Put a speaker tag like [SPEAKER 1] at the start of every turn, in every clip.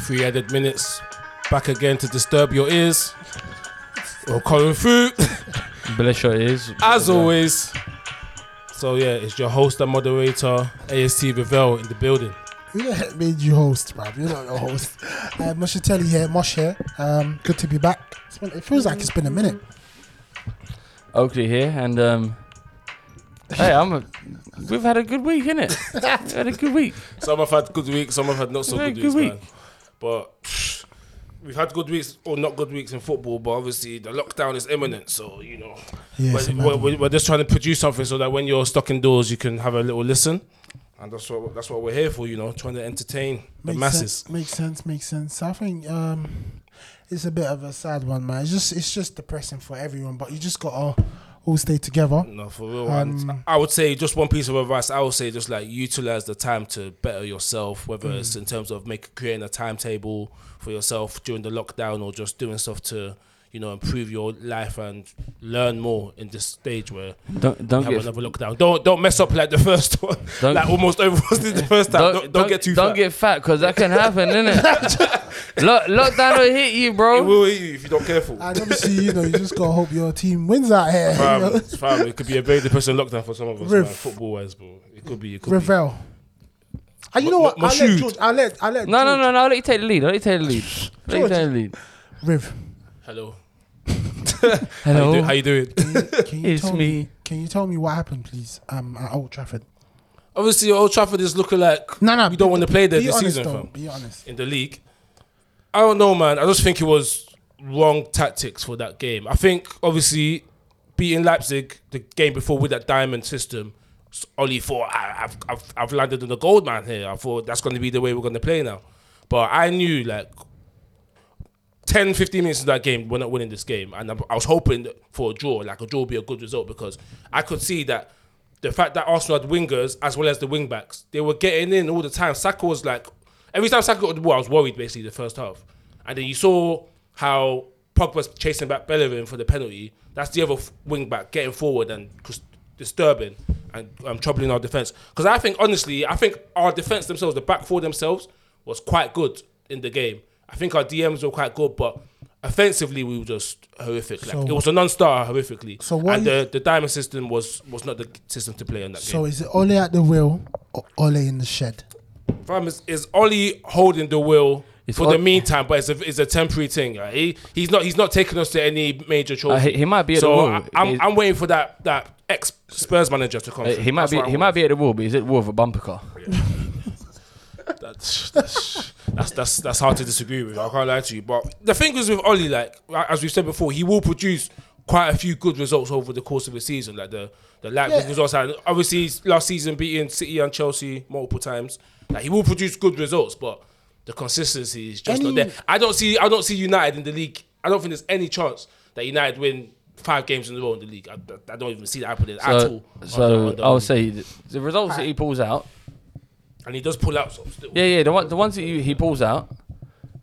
[SPEAKER 1] Three added minutes. Back again to disturb your ears. Or Colin Fu,
[SPEAKER 2] Bless your ears.
[SPEAKER 1] as always. So yeah, it's your host and moderator, AST Revel in the building.
[SPEAKER 3] Who the heck made you host, bruv? You're not your host. Uh, Moshitelli here, Mosh here. Um, good to be back. It's been, it feels like it's been a minute.
[SPEAKER 2] Oakley here, and um, hey, I'm. A, we've had a good week, innit? we've had a good week.
[SPEAKER 1] Some have had good weeks, some have had not so
[SPEAKER 2] Yeah,
[SPEAKER 1] good,
[SPEAKER 2] good
[SPEAKER 1] weeks,
[SPEAKER 2] week.
[SPEAKER 1] man. But psh, we've had good weeks or not good weeks in football, but obviously the lockdown is imminent, so you know
[SPEAKER 3] Yeah,
[SPEAKER 1] we're,
[SPEAKER 3] it's a
[SPEAKER 1] we're,
[SPEAKER 3] mad one.
[SPEAKER 1] we're, we're just trying to produce something so that when you're stuck indoors, you can have a little listen. And that's what that's what we're here for, you know, trying to entertain the
[SPEAKER 3] Makes
[SPEAKER 1] masses.
[SPEAKER 3] Sense, makes sense, makes sense. I think um, it's a bit of a sad one, man. It's just it's just depressing for everyone, but you just gotta all stay together.
[SPEAKER 1] No, for real. and
[SPEAKER 3] Um,
[SPEAKER 1] I would say just one piece of advice. I would say just like utilize the time to better yourself, whether it's
[SPEAKER 3] Mm.
[SPEAKER 1] in terms of make creating a timetable for yourself during the lockdown or just doing stuff to you know improve your life and learn more in this stage where
[SPEAKER 2] Don't
[SPEAKER 1] we
[SPEAKER 2] don't
[SPEAKER 1] have
[SPEAKER 2] get
[SPEAKER 1] another lockdown. Don't don't mess up like the first one.
[SPEAKER 2] Don't-
[SPEAKER 1] like almost everyone did the first time. Don't, don't, get too
[SPEAKER 2] don't
[SPEAKER 1] fat.
[SPEAKER 2] get fat because that can happen, innit? Lock, lockdown will hit you,
[SPEAKER 1] it
[SPEAKER 2] bro.
[SPEAKER 1] will eat you if you're not careful.
[SPEAKER 3] And obviously, you know, you just gotta hope your team wins out here. you
[SPEAKER 1] Fam,
[SPEAKER 3] know?
[SPEAKER 1] fam, it could be a very depressing lockdown for some of us,
[SPEAKER 3] Riff.
[SPEAKER 1] man, football wise, bro. It could be. It could be.
[SPEAKER 3] Revel. And you know
[SPEAKER 1] Ma-
[SPEAKER 3] what?
[SPEAKER 1] ma-
[SPEAKER 3] I let
[SPEAKER 1] Mashoud.
[SPEAKER 3] George. I let. I let.
[SPEAKER 2] No, no,
[SPEAKER 3] George-
[SPEAKER 2] no, no. I'll let you take the lead. I'll let you take the lead. Let you take
[SPEAKER 3] George.
[SPEAKER 2] the lead.
[SPEAKER 3] Riv,
[SPEAKER 1] Hello. How you, do,
[SPEAKER 2] Hello,
[SPEAKER 1] how you doing?
[SPEAKER 3] can you, can you
[SPEAKER 2] it's
[SPEAKER 3] tell
[SPEAKER 2] me.
[SPEAKER 3] Can you tell me what happened, please? Um, at Old Trafford.
[SPEAKER 1] Obviously, Old Trafford is looking like
[SPEAKER 3] No, no.
[SPEAKER 1] we don't want to play there
[SPEAKER 3] Be
[SPEAKER 1] this
[SPEAKER 3] honest,
[SPEAKER 1] season,
[SPEAKER 3] though.
[SPEAKER 1] fam.
[SPEAKER 3] Be honest.
[SPEAKER 1] In the league, I don't know, man. I just think it was wrong tactics for that game. I think obviously beating Leipzig the game before with that diamond system, s- Oli thought I, I've, I've I've landed on the gold man here. I thought that's going to be the way we're going to play now, but I knew like 10, 15 minutes of that game, we're not winning this game. And I, I was hoping that for a draw, like a draw would be a good result because I could see that the fact that Arsenal had wingers as well as the wing backs, they were getting in all the time. Saka was like, every time Saka got the ball, I was worried basically the first half. And then you saw how Pogba's chasing back Bellerin for the penalty. That's the other f- wing back getting forward and cus- disturbing and um, troubling our defense. Because I think honestly, I think our defense themselves, the back four themselves, was quite good in the game. I think our DMs were quite good, but offensively we were just horrific. Like,
[SPEAKER 3] So-
[SPEAKER 1] it was a non-starter horrifically.
[SPEAKER 3] So what
[SPEAKER 1] and
[SPEAKER 3] you-
[SPEAKER 1] the, the diamond system was was not the system to play on that
[SPEAKER 3] So
[SPEAKER 1] game.
[SPEAKER 3] is it Ole at the wheel or Ole in the shed?
[SPEAKER 1] Fam, is, is Ollie holding the wheel
[SPEAKER 2] It's
[SPEAKER 1] for
[SPEAKER 2] Ol-
[SPEAKER 1] the meantime? But it's a it's a temporary thing. right? He he's not he's not taking us to any major trophy.
[SPEAKER 2] Uh, he, he might be at
[SPEAKER 1] so
[SPEAKER 2] the wall.
[SPEAKER 1] I, I'm,
[SPEAKER 2] He's-
[SPEAKER 1] I'm waiting for that that ex Spurs manager to come.
[SPEAKER 2] uh,
[SPEAKER 1] through.
[SPEAKER 2] he might
[SPEAKER 1] That's
[SPEAKER 2] be.
[SPEAKER 1] what I
[SPEAKER 2] He might
[SPEAKER 1] want.
[SPEAKER 2] be at the wall, but he's at the wall with a bumper car.
[SPEAKER 1] that's, that's that's that's that's hard to disagree with. I can't lie to you. But the thing is with Ollie, like as we've said before, he will produce quite a few good results over the course of the season. Like the the Leipzig
[SPEAKER 3] Yeah.
[SPEAKER 1] results, and obviously he's last season beating City and Chelsea multiple times. Like he will produce good results, but the consistency is just not
[SPEAKER 3] Any-
[SPEAKER 1] there. I don't see I don't see United in the league. I don't think there's any chance that United win. Five games in a row in the league. I, I- I don't even see that happening at all.
[SPEAKER 2] So, so I would say th- the results that he pulls out.
[SPEAKER 1] and he does pull out some still.
[SPEAKER 2] Yeah, yeah. The one, the ones that you, he pulls out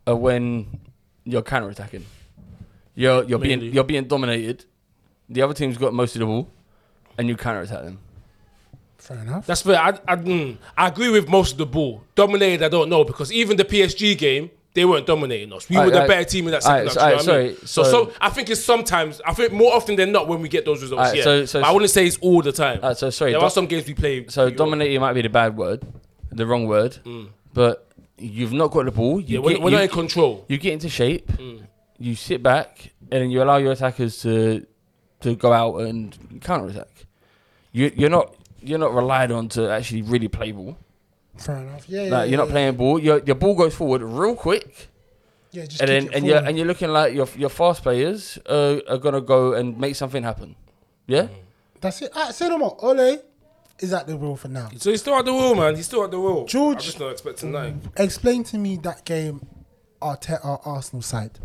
[SPEAKER 2] are when you're counter attacking. You're you're
[SPEAKER 1] Mainly.
[SPEAKER 2] being you're being dominated. The other team's got most of the ball, and you counter attack them.
[SPEAKER 3] Fair enough.
[SPEAKER 1] That's fair. I, I, mm, I agree with most of the ball. Dominated, I don't know because even the PSG game, they weren't dominating us. We were
[SPEAKER 2] Alright,
[SPEAKER 1] the
[SPEAKER 2] alright.
[SPEAKER 1] better team in that second
[SPEAKER 2] Alright,
[SPEAKER 1] half. do you
[SPEAKER 2] so-
[SPEAKER 1] know what
[SPEAKER 2] alright,
[SPEAKER 1] I mean?
[SPEAKER 2] sorry,
[SPEAKER 1] So,
[SPEAKER 2] so-
[SPEAKER 1] so I think it's sometimes. I think more often than not when we get those results.
[SPEAKER 2] Alright,
[SPEAKER 1] yeah,
[SPEAKER 2] so- so-
[SPEAKER 1] But I wouldn't say it's all the time.
[SPEAKER 2] Uh, so sorry.
[SPEAKER 1] there
[SPEAKER 2] do-
[SPEAKER 1] are some games we play.
[SPEAKER 2] so
[SPEAKER 1] pretty well.
[SPEAKER 2] dominated might be the bad word, the wrong word, but you've not got the ball. You
[SPEAKER 1] Yeah, we're,
[SPEAKER 2] get,
[SPEAKER 1] we're
[SPEAKER 2] you,
[SPEAKER 1] not in control.
[SPEAKER 2] you get into shape. You sit back, and then you allow your attackers to to go out and counter attack. You you're not you're not relied on to actually really play ball.
[SPEAKER 3] Fair enough. Yeah, yeah.
[SPEAKER 2] Like you're not
[SPEAKER 3] yeah.
[SPEAKER 2] playing ball. Your your ball goes forward real quick,
[SPEAKER 3] Yeah, just
[SPEAKER 2] and
[SPEAKER 3] keep
[SPEAKER 2] then
[SPEAKER 3] it
[SPEAKER 2] and you're
[SPEAKER 3] flowing.
[SPEAKER 2] and you're looking like your your fast players uh, are gonna go and make something happen. Yeah,
[SPEAKER 3] That's it. Alright, say no more. Ole is at the wheel for now.
[SPEAKER 1] So he's still at the wheel, man. He's still at the wheel.
[SPEAKER 3] George- Mm.
[SPEAKER 1] I'm just not expecting nothing.
[SPEAKER 3] Explain to me that game, Arteta Arsenal side.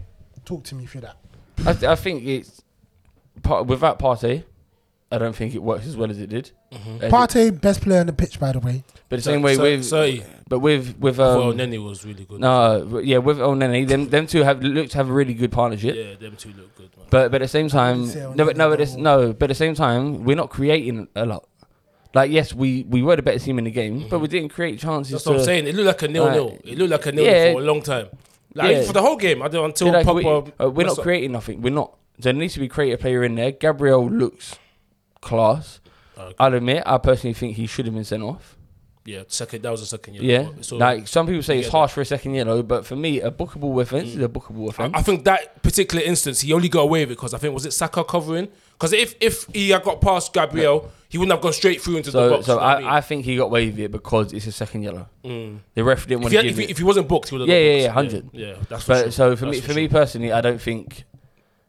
[SPEAKER 3] Talk to me through that.
[SPEAKER 2] I th- I think it's part, without Partey, I don't think it works as well as it did. As it-
[SPEAKER 3] Partey, best player on the pitch, by the way.
[SPEAKER 2] but the same way
[SPEAKER 1] So-
[SPEAKER 2] with
[SPEAKER 1] so-
[SPEAKER 2] but with with
[SPEAKER 1] well,
[SPEAKER 2] um,
[SPEAKER 1] Nenny was really good.
[SPEAKER 2] no but yeah with El Nene, them them two have looked to have a really good partnership.
[SPEAKER 1] Yeah, them two look good, man.
[SPEAKER 2] But but at the same time,
[SPEAKER 3] say on
[SPEAKER 2] no, but,
[SPEAKER 3] the
[SPEAKER 2] no, but it's,
[SPEAKER 3] ball.
[SPEAKER 2] no, but at the same time, we're not creating a lot. Like yes, we we were the better team in the game, but we didn't create chances.
[SPEAKER 1] That's
[SPEAKER 2] to,
[SPEAKER 1] what I'm saying. It looked like a nil-nil.
[SPEAKER 2] Right.
[SPEAKER 1] it looked like a nil-nil
[SPEAKER 2] Yeah.
[SPEAKER 1] for a long time. Like
[SPEAKER 2] Yeah.
[SPEAKER 1] for the whole game, I do until
[SPEAKER 2] Yeah, like, we,
[SPEAKER 1] Pogba.
[SPEAKER 2] uh, we're
[SPEAKER 1] messed
[SPEAKER 2] not
[SPEAKER 1] up.
[SPEAKER 2] creating nothing. We're not. There needs to be creative player in there. Gabriel looks class.
[SPEAKER 1] Okay.
[SPEAKER 2] I'll admit, I personally think he should have been sent off.
[SPEAKER 1] Yeah, second. That was a second year.
[SPEAKER 2] Yeah,
[SPEAKER 1] So
[SPEAKER 2] like some people say,
[SPEAKER 1] you
[SPEAKER 2] it's
[SPEAKER 1] get that. Mm.
[SPEAKER 2] harsh for a second yellow, but for me, a bookable offense is a bookable offense.
[SPEAKER 1] I think that particular instance, he only got away with it because I think was it Saka covering? Because if if he had got past Gabriel, he wouldn't have gone straight through into the
[SPEAKER 2] so,
[SPEAKER 1] box.
[SPEAKER 2] so
[SPEAKER 1] you know what I mean? Mm.
[SPEAKER 2] I, I think he got away with it because it's a second yellow. The ref didn't
[SPEAKER 1] if,
[SPEAKER 2] want
[SPEAKER 1] he
[SPEAKER 2] to
[SPEAKER 1] had,
[SPEAKER 2] give
[SPEAKER 1] if, he,
[SPEAKER 2] it.
[SPEAKER 1] if he wasn't booked, he would have.
[SPEAKER 2] Yeah,
[SPEAKER 1] got booked.
[SPEAKER 2] yeah, yeah, 100.
[SPEAKER 1] Yeah, yeah, that's for
[SPEAKER 2] but
[SPEAKER 1] sure.
[SPEAKER 2] so for
[SPEAKER 1] That's
[SPEAKER 2] me, for, me personally, I don't think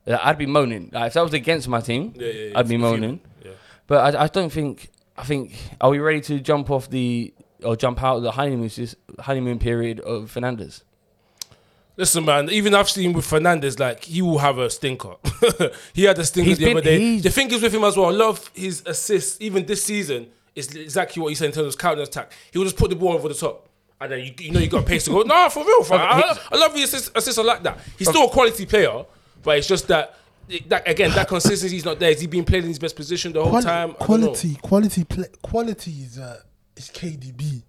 [SPEAKER 2] uh, I'd be moaning. Like, if that was against my team,
[SPEAKER 1] sure. Yeah, yeah, yeah.
[SPEAKER 2] I'd be
[SPEAKER 1] If you-
[SPEAKER 2] moaning.
[SPEAKER 1] Yeah.
[SPEAKER 2] But I, I don't think. I think. Are we ready to jump off the or jump out of the honeymoon sis- honeymoon period of Fernandez?
[SPEAKER 1] Listen, man. Even I've seen with Fernandez, like he will have a stinker. he had a stinker
[SPEAKER 2] He's
[SPEAKER 1] the
[SPEAKER 2] been-
[SPEAKER 1] other day.
[SPEAKER 2] he's-
[SPEAKER 1] The thing is with him as well. A lot of his assists, even this season, is exactly what he said in terms of counter attack. He will just put the ball over the top, and then you, you know you got pace to go. nah, for real, fam. I, I love the assist. Assists are like that. He's still a quality player, but it's just that. That again, that consistency is not there. Is he being played in his best position the whole
[SPEAKER 3] Quali-
[SPEAKER 1] time? I don't know.
[SPEAKER 3] quality, quality, pla quality is uh, is KDB.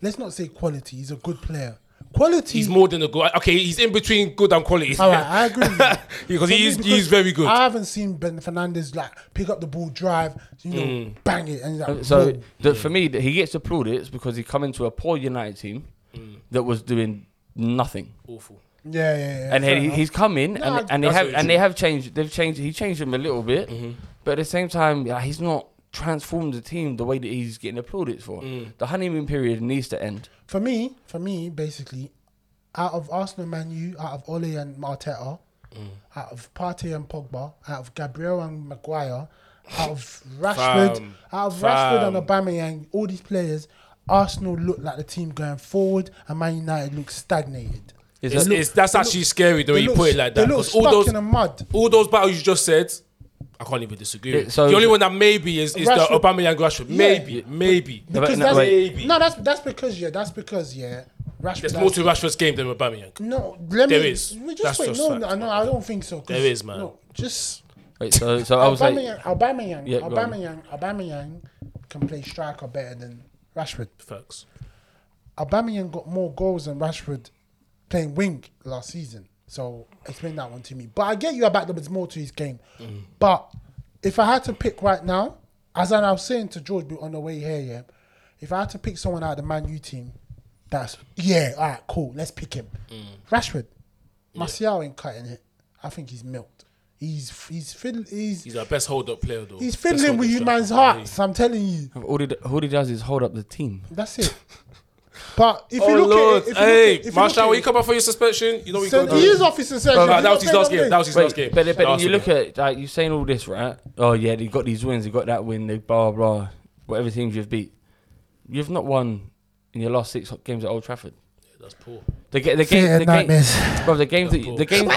[SPEAKER 3] Let's not say quality. He's a good player. Quality.
[SPEAKER 1] He's more than a good. Okay, he's in between good and quality.
[SPEAKER 3] All right, I agree. with you.
[SPEAKER 1] Because
[SPEAKER 3] For
[SPEAKER 1] he
[SPEAKER 3] me,
[SPEAKER 1] is- he is very good.
[SPEAKER 3] I haven't seen Ben Fernandez like pick up the ball, drive, you know,
[SPEAKER 1] Mm.
[SPEAKER 3] bang it, and like,
[SPEAKER 2] So
[SPEAKER 3] boom.
[SPEAKER 2] the, for me, that he gets applauded is because he come into a poor United team that was doing nothing,
[SPEAKER 1] Awful.
[SPEAKER 3] yeah, yeah, yeah. uh,
[SPEAKER 2] and
[SPEAKER 3] fair
[SPEAKER 2] he,
[SPEAKER 3] enough.
[SPEAKER 2] he's come in
[SPEAKER 3] No,
[SPEAKER 2] and, and they
[SPEAKER 1] that's
[SPEAKER 2] have
[SPEAKER 1] what
[SPEAKER 2] and
[SPEAKER 1] he
[SPEAKER 2] they have changed. They've changed. He changed him a little bit, but at the same time, yeah, he's not transformed the team the way that he's getting applauded for. The honeymoon period needs to end.
[SPEAKER 3] for me, for me, basically, out of Arsenal, Man U, out of Ole and Marteta,
[SPEAKER 1] Mm.
[SPEAKER 3] out of Partey and Pogba, out of Gabriel and Maguire, out of Rashford,
[SPEAKER 1] Fam.
[SPEAKER 3] out of
[SPEAKER 1] Fam.
[SPEAKER 3] Rashford and Aubameyang, all these players, Arsenal look like the team going forward, and Man United look stagnated.
[SPEAKER 2] Is
[SPEAKER 1] It's,
[SPEAKER 2] that-
[SPEAKER 1] it's, that's actually scary the way
[SPEAKER 3] They
[SPEAKER 1] you
[SPEAKER 3] look-
[SPEAKER 1] put it like that.
[SPEAKER 3] They look
[SPEAKER 1] Because
[SPEAKER 3] stuck
[SPEAKER 1] all those
[SPEAKER 3] in the mud.
[SPEAKER 1] all those battles you just said, I can't even disagree.
[SPEAKER 2] Yeah,
[SPEAKER 1] with.
[SPEAKER 2] so-
[SPEAKER 1] the only one that maybe is, is the
[SPEAKER 3] Rashford-
[SPEAKER 1] Aubameyang Rashford. Maybe,
[SPEAKER 2] Yeah.
[SPEAKER 1] maybe.
[SPEAKER 2] No, but-
[SPEAKER 3] Because
[SPEAKER 2] no,
[SPEAKER 3] that's,
[SPEAKER 1] wait.
[SPEAKER 3] no, that's that's because yeah, that's because yeah, Rashford.
[SPEAKER 1] There's
[SPEAKER 3] has-
[SPEAKER 1] more to Rashford's game than Aubameyang.
[SPEAKER 3] no, let me.
[SPEAKER 1] There is.
[SPEAKER 3] Just
[SPEAKER 1] That's
[SPEAKER 3] wait.
[SPEAKER 1] just
[SPEAKER 3] no,
[SPEAKER 1] fact,
[SPEAKER 3] no, no,
[SPEAKER 1] man.
[SPEAKER 3] I don't think so. 'cause-
[SPEAKER 1] There is, man.
[SPEAKER 3] No, just
[SPEAKER 2] Wait, so so I was like,
[SPEAKER 3] Aubameyang, Aubameyang,
[SPEAKER 2] Yeah, go on.
[SPEAKER 3] Aubameyang, Aubameyang can play striker better than Rashford.
[SPEAKER 1] Facts.
[SPEAKER 3] Aubameyang got more goals than Rashford playing wing last season. So explain that one to me. But I get you about there's more to his game. But if I had to pick right now, as I was saying to George on the way here, yeah, if I had to pick someone out of the Man U team, that's yeah, all right, cool. Let's pick him. Rashford, Martial ain't cutting it. I think he's milked. He's he's fiddling. He's
[SPEAKER 1] He's our best hold up player though.
[SPEAKER 3] He's
[SPEAKER 1] Best
[SPEAKER 3] fiddling with
[SPEAKER 1] hold-up striker.
[SPEAKER 3] you man's hearts. I'm telling you,
[SPEAKER 2] all he, d- all he does is hold up the team.
[SPEAKER 3] that's it. But if you
[SPEAKER 1] Oh
[SPEAKER 3] look
[SPEAKER 1] Lord!
[SPEAKER 3] at it, if you
[SPEAKER 1] hey,
[SPEAKER 3] look at, if you
[SPEAKER 1] Marshall,
[SPEAKER 3] look
[SPEAKER 1] when
[SPEAKER 3] at
[SPEAKER 1] you come up for your suspension, you know what you
[SPEAKER 3] so
[SPEAKER 1] got to
[SPEAKER 3] he
[SPEAKER 1] do.
[SPEAKER 3] is off his suspension.
[SPEAKER 1] Nah, that
[SPEAKER 3] He's not
[SPEAKER 1] was his
[SPEAKER 3] playing
[SPEAKER 1] last
[SPEAKER 3] no
[SPEAKER 1] game. That was his last game.
[SPEAKER 2] Wait, but, but
[SPEAKER 1] Last
[SPEAKER 2] you
[SPEAKER 1] game.
[SPEAKER 2] look at like you saying all this, right? Oh yeah, they got these wins, they got that win, they blah blah, whatever teams you've beat. You've not won in your last six games at Old Trafford.
[SPEAKER 1] That's poor.
[SPEAKER 2] The, ga- the game,
[SPEAKER 3] Fear
[SPEAKER 2] the game,
[SPEAKER 3] nightmares.
[SPEAKER 2] bro, the games that
[SPEAKER 1] Liverpool.
[SPEAKER 2] the games,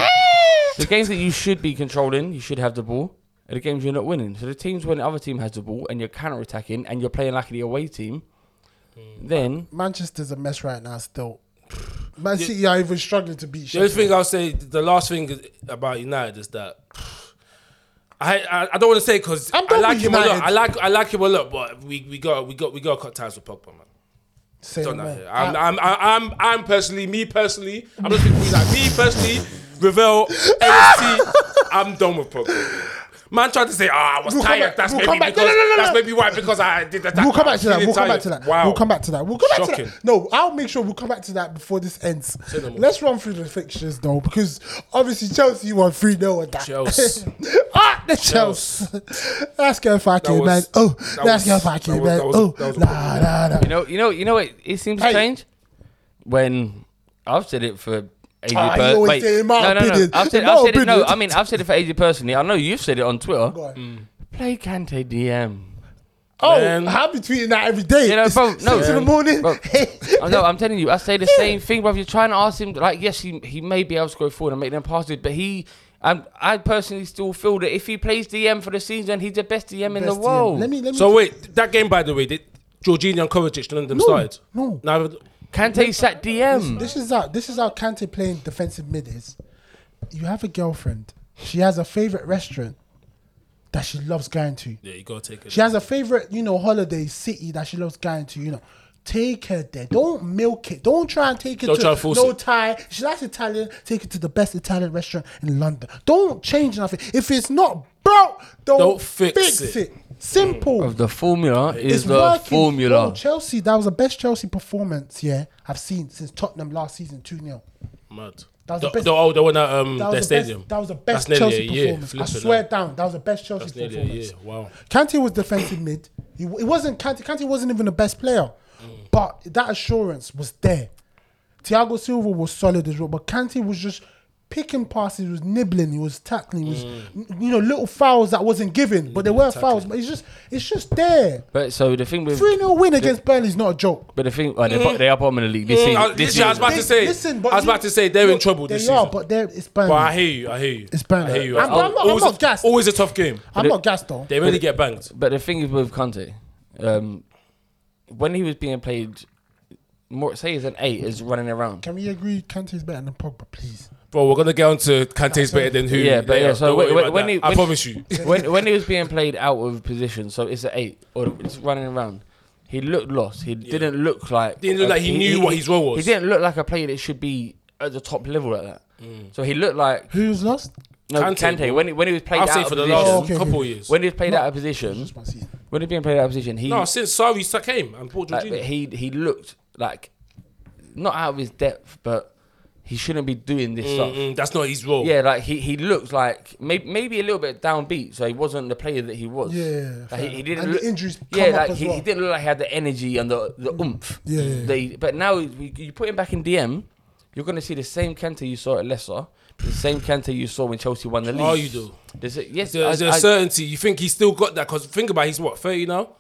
[SPEAKER 2] the games that you should be controlling, you should have the ball. Are the games you're not winning. So the teams when the other team has the ball and you're counter attacking and you're playing like the away team, then
[SPEAKER 3] Manchester's a mess right now. Still, Man City are even struggling to beat.
[SPEAKER 1] The only thing
[SPEAKER 3] Sheffield.
[SPEAKER 1] I'll say, the last thing about United is that I I, I don't want to say because
[SPEAKER 3] I'm
[SPEAKER 1] I
[SPEAKER 3] done
[SPEAKER 1] like
[SPEAKER 3] with
[SPEAKER 1] him a lot.
[SPEAKER 3] United.
[SPEAKER 1] I like I like him a lot, but we we got we got we got to cut ties with Pogba, man.
[SPEAKER 3] Say no
[SPEAKER 1] Don't know.
[SPEAKER 3] more.
[SPEAKER 1] I'm, I'm, I'm, I'm, I'm personally, me personally, I'm just speaking for you, like me personally, Ravel, NXT, I'm done with Pogba. Man tried to say, oh, I was
[SPEAKER 3] We'll come
[SPEAKER 1] tired.
[SPEAKER 3] back-
[SPEAKER 1] That's
[SPEAKER 3] we'll
[SPEAKER 1] maybe
[SPEAKER 3] come
[SPEAKER 1] because
[SPEAKER 3] back- no, no, no, no,
[SPEAKER 1] that's
[SPEAKER 3] no.
[SPEAKER 1] maybe why because I did that.
[SPEAKER 3] We'll come
[SPEAKER 1] I
[SPEAKER 3] back
[SPEAKER 1] was
[SPEAKER 3] to that.
[SPEAKER 1] feeling
[SPEAKER 3] We'll come
[SPEAKER 1] tired.
[SPEAKER 3] back to that.
[SPEAKER 1] Wow.
[SPEAKER 3] We'll come back to that. We'll come back to
[SPEAKER 1] Shocking.
[SPEAKER 3] that. No, I'll make sure we'll come back to that before this ends.
[SPEAKER 1] no more.
[SPEAKER 3] Let's run through the fixtures though, because obviously Chelsea won 3 0 and that.
[SPEAKER 1] Chelsea.
[SPEAKER 3] ah, the Chelsea. That's going for
[SPEAKER 1] That
[SPEAKER 3] Ake,
[SPEAKER 1] was-
[SPEAKER 3] man. Oh,
[SPEAKER 1] that
[SPEAKER 3] that's going
[SPEAKER 1] was-
[SPEAKER 3] for
[SPEAKER 1] that
[SPEAKER 3] Ake,
[SPEAKER 1] was-
[SPEAKER 3] man.
[SPEAKER 1] that was-
[SPEAKER 3] Oh,
[SPEAKER 1] that was a
[SPEAKER 3] nah, nah, nah.
[SPEAKER 2] you know, you know, you know what? It seems
[SPEAKER 3] Hey.
[SPEAKER 2] strange when I've said it for. AJ
[SPEAKER 3] Ah, you
[SPEAKER 2] per-
[SPEAKER 3] always
[SPEAKER 2] wait,
[SPEAKER 3] say, in my
[SPEAKER 2] no, no, no.
[SPEAKER 3] opinion.
[SPEAKER 2] I've said,
[SPEAKER 3] In
[SPEAKER 2] I've
[SPEAKER 3] my
[SPEAKER 2] said it, no.
[SPEAKER 3] opinion.
[SPEAKER 2] I mean, I've said it for AJ personally. I know you've said it on Twitter.
[SPEAKER 3] Go on.
[SPEAKER 2] Play Kante DM.
[SPEAKER 3] Oh,
[SPEAKER 1] Mm. Man.
[SPEAKER 3] I'll be tweeting that every day.
[SPEAKER 2] You know,
[SPEAKER 3] It's
[SPEAKER 2] bro,
[SPEAKER 3] six
[SPEAKER 2] no.
[SPEAKER 3] in the morning.
[SPEAKER 2] Bro, I know, I'm telling you, I say the same thing, bro. You're trying to ask him, like, yes, he, he may be able to go forward and make them passes, but he, i I personally still feel that if he plays DM for the season, he's the best DM in the
[SPEAKER 3] Best
[SPEAKER 2] world.
[SPEAKER 3] DM. Let me, let me.
[SPEAKER 1] So wait, that game, by the way, did Jorginho and Kovacic, none of them started?
[SPEAKER 3] no.
[SPEAKER 1] Neither,
[SPEAKER 2] Kante sat DM.
[SPEAKER 3] This is how this is how Kante playing defensive mid is. You have a girlfriend. She has a favorite restaurant that she loves going to.
[SPEAKER 1] yeah, you got to take it.
[SPEAKER 3] She has a favorite, you know, holiday city that she loves going to. You know, Take her there. Don't milk it. Don't try and take it
[SPEAKER 1] Don't
[SPEAKER 3] to
[SPEAKER 1] try and force
[SPEAKER 3] no
[SPEAKER 1] it.
[SPEAKER 3] Thai. She likes Italian. Take it to the best Italian restaurant in London. Don't change nothing. If it's not broke, don't,
[SPEAKER 1] Don't fix it.
[SPEAKER 3] Simple.
[SPEAKER 2] Of the formula is
[SPEAKER 3] It's
[SPEAKER 2] the
[SPEAKER 3] working.
[SPEAKER 2] formula.
[SPEAKER 3] Bro, Chelsea, that was the best Chelsea performance, yeah, I've seen since Tottenham last season, 2 0.
[SPEAKER 1] Mad.
[SPEAKER 3] That was
[SPEAKER 1] the,
[SPEAKER 3] the best-
[SPEAKER 1] the, oh, the one at um,
[SPEAKER 3] That
[SPEAKER 1] their
[SPEAKER 3] was, the
[SPEAKER 1] stadium.
[SPEAKER 3] best, that was the best
[SPEAKER 1] That's nearly
[SPEAKER 3] Chelsea
[SPEAKER 1] a year.
[SPEAKER 3] performance. I
[SPEAKER 1] Flipping
[SPEAKER 3] swear
[SPEAKER 1] hell.
[SPEAKER 3] down, that was the best Chelsea
[SPEAKER 1] That's nearly a
[SPEAKER 3] performance.
[SPEAKER 1] year. Wow.
[SPEAKER 3] Kante was defensive mid. He, he wasn't Kante. Kante wasn't even the best player,
[SPEAKER 1] Mm.
[SPEAKER 3] but that assurance was there. Thiago Silva was solid as well, but Kante was just picking passes, he was nibbling, he was tackling, he was
[SPEAKER 1] Mm.
[SPEAKER 3] you know little fouls that wasn't given, but there were fouls. But it's just it's just there.
[SPEAKER 2] But so the thing with
[SPEAKER 3] Three 0 win against Burnley is not a joke.
[SPEAKER 2] but the thing like, they, bo- they are bottom of the league this
[SPEAKER 1] Mm, I-
[SPEAKER 2] season. This
[SPEAKER 1] literally, I was
[SPEAKER 2] season.
[SPEAKER 1] about to say. I was
[SPEAKER 3] you-
[SPEAKER 1] about to say they're in
[SPEAKER 3] look,
[SPEAKER 1] trouble
[SPEAKER 3] They
[SPEAKER 1] this
[SPEAKER 3] are,
[SPEAKER 1] season. But,
[SPEAKER 3] but they're it's Burnley.
[SPEAKER 1] I hear you. I hear you.
[SPEAKER 3] It's Burnley.
[SPEAKER 1] I hear you.
[SPEAKER 3] I'm- I'm not- I'm
[SPEAKER 1] always,
[SPEAKER 3] not gassed.
[SPEAKER 1] always a tough game.
[SPEAKER 3] I'm not gassed though.
[SPEAKER 1] They really get banged.
[SPEAKER 2] But the thing is with Conte, um, when he was being played, more say as an eight is running around.
[SPEAKER 3] Can we agree Kante's better than Pogba, please?
[SPEAKER 1] Bro, we're gonna get on to Kante's better than who.
[SPEAKER 2] Yeah, but
[SPEAKER 1] later.
[SPEAKER 2] yeah, so
[SPEAKER 1] Don't
[SPEAKER 2] when-
[SPEAKER 1] worry
[SPEAKER 2] when-
[SPEAKER 1] about
[SPEAKER 2] when
[SPEAKER 1] that.
[SPEAKER 2] he-
[SPEAKER 1] I
[SPEAKER 2] when-
[SPEAKER 1] promise you.
[SPEAKER 2] when when he was being played out of position, so it's an eight or it's running around. He looked lost. He didn't look like
[SPEAKER 1] Didn't look like he knew what his role was.
[SPEAKER 2] He didn't look like a player that should be at the top level like that.
[SPEAKER 1] Mm.
[SPEAKER 2] So he looked like
[SPEAKER 3] Who's lost?
[SPEAKER 2] no
[SPEAKER 1] Kante.
[SPEAKER 2] Kante, when he, when he was played
[SPEAKER 1] I've
[SPEAKER 2] out
[SPEAKER 1] seen
[SPEAKER 2] of
[SPEAKER 1] for the
[SPEAKER 2] position.
[SPEAKER 1] last
[SPEAKER 3] Oh, okay, okay.
[SPEAKER 1] couple of years.
[SPEAKER 2] When he was played
[SPEAKER 3] No.
[SPEAKER 2] out of position,
[SPEAKER 3] Just my season.
[SPEAKER 2] when he was being played out of position, he
[SPEAKER 1] no, since Sari came and brought
[SPEAKER 2] like,
[SPEAKER 1] Jorginho.
[SPEAKER 2] Uh, he he looked like not out of his depth, but he shouldn't be doing this stuff.
[SPEAKER 3] Mm-hmm.
[SPEAKER 1] Mm, mm, that's not his role.
[SPEAKER 2] Yeah, like he, he looked like maybe, maybe a little bit downbeat, so he wasn't the player that he was.
[SPEAKER 3] Yeah,
[SPEAKER 2] like, he,
[SPEAKER 3] fair.
[SPEAKER 2] he didn't.
[SPEAKER 3] And the
[SPEAKER 2] look,
[SPEAKER 3] injuries
[SPEAKER 2] Yeah,
[SPEAKER 3] come up
[SPEAKER 2] like
[SPEAKER 3] as
[SPEAKER 2] he,
[SPEAKER 3] well. Mm.
[SPEAKER 2] he didn't look like he had the energy and the the oomph.
[SPEAKER 3] Yeah, yeah, yeah.
[SPEAKER 2] That he- but now we, you put him back in DM, you're gonna see the same Kante you saw at Leicester, the same Kante you saw when Chelsea won the league.
[SPEAKER 1] Oh, you do.
[SPEAKER 2] There's a, yes,
[SPEAKER 1] There's
[SPEAKER 2] I-
[SPEAKER 1] a
[SPEAKER 2] I-
[SPEAKER 1] certainty. You think he's still got that? Because think about it, he's what thirty now.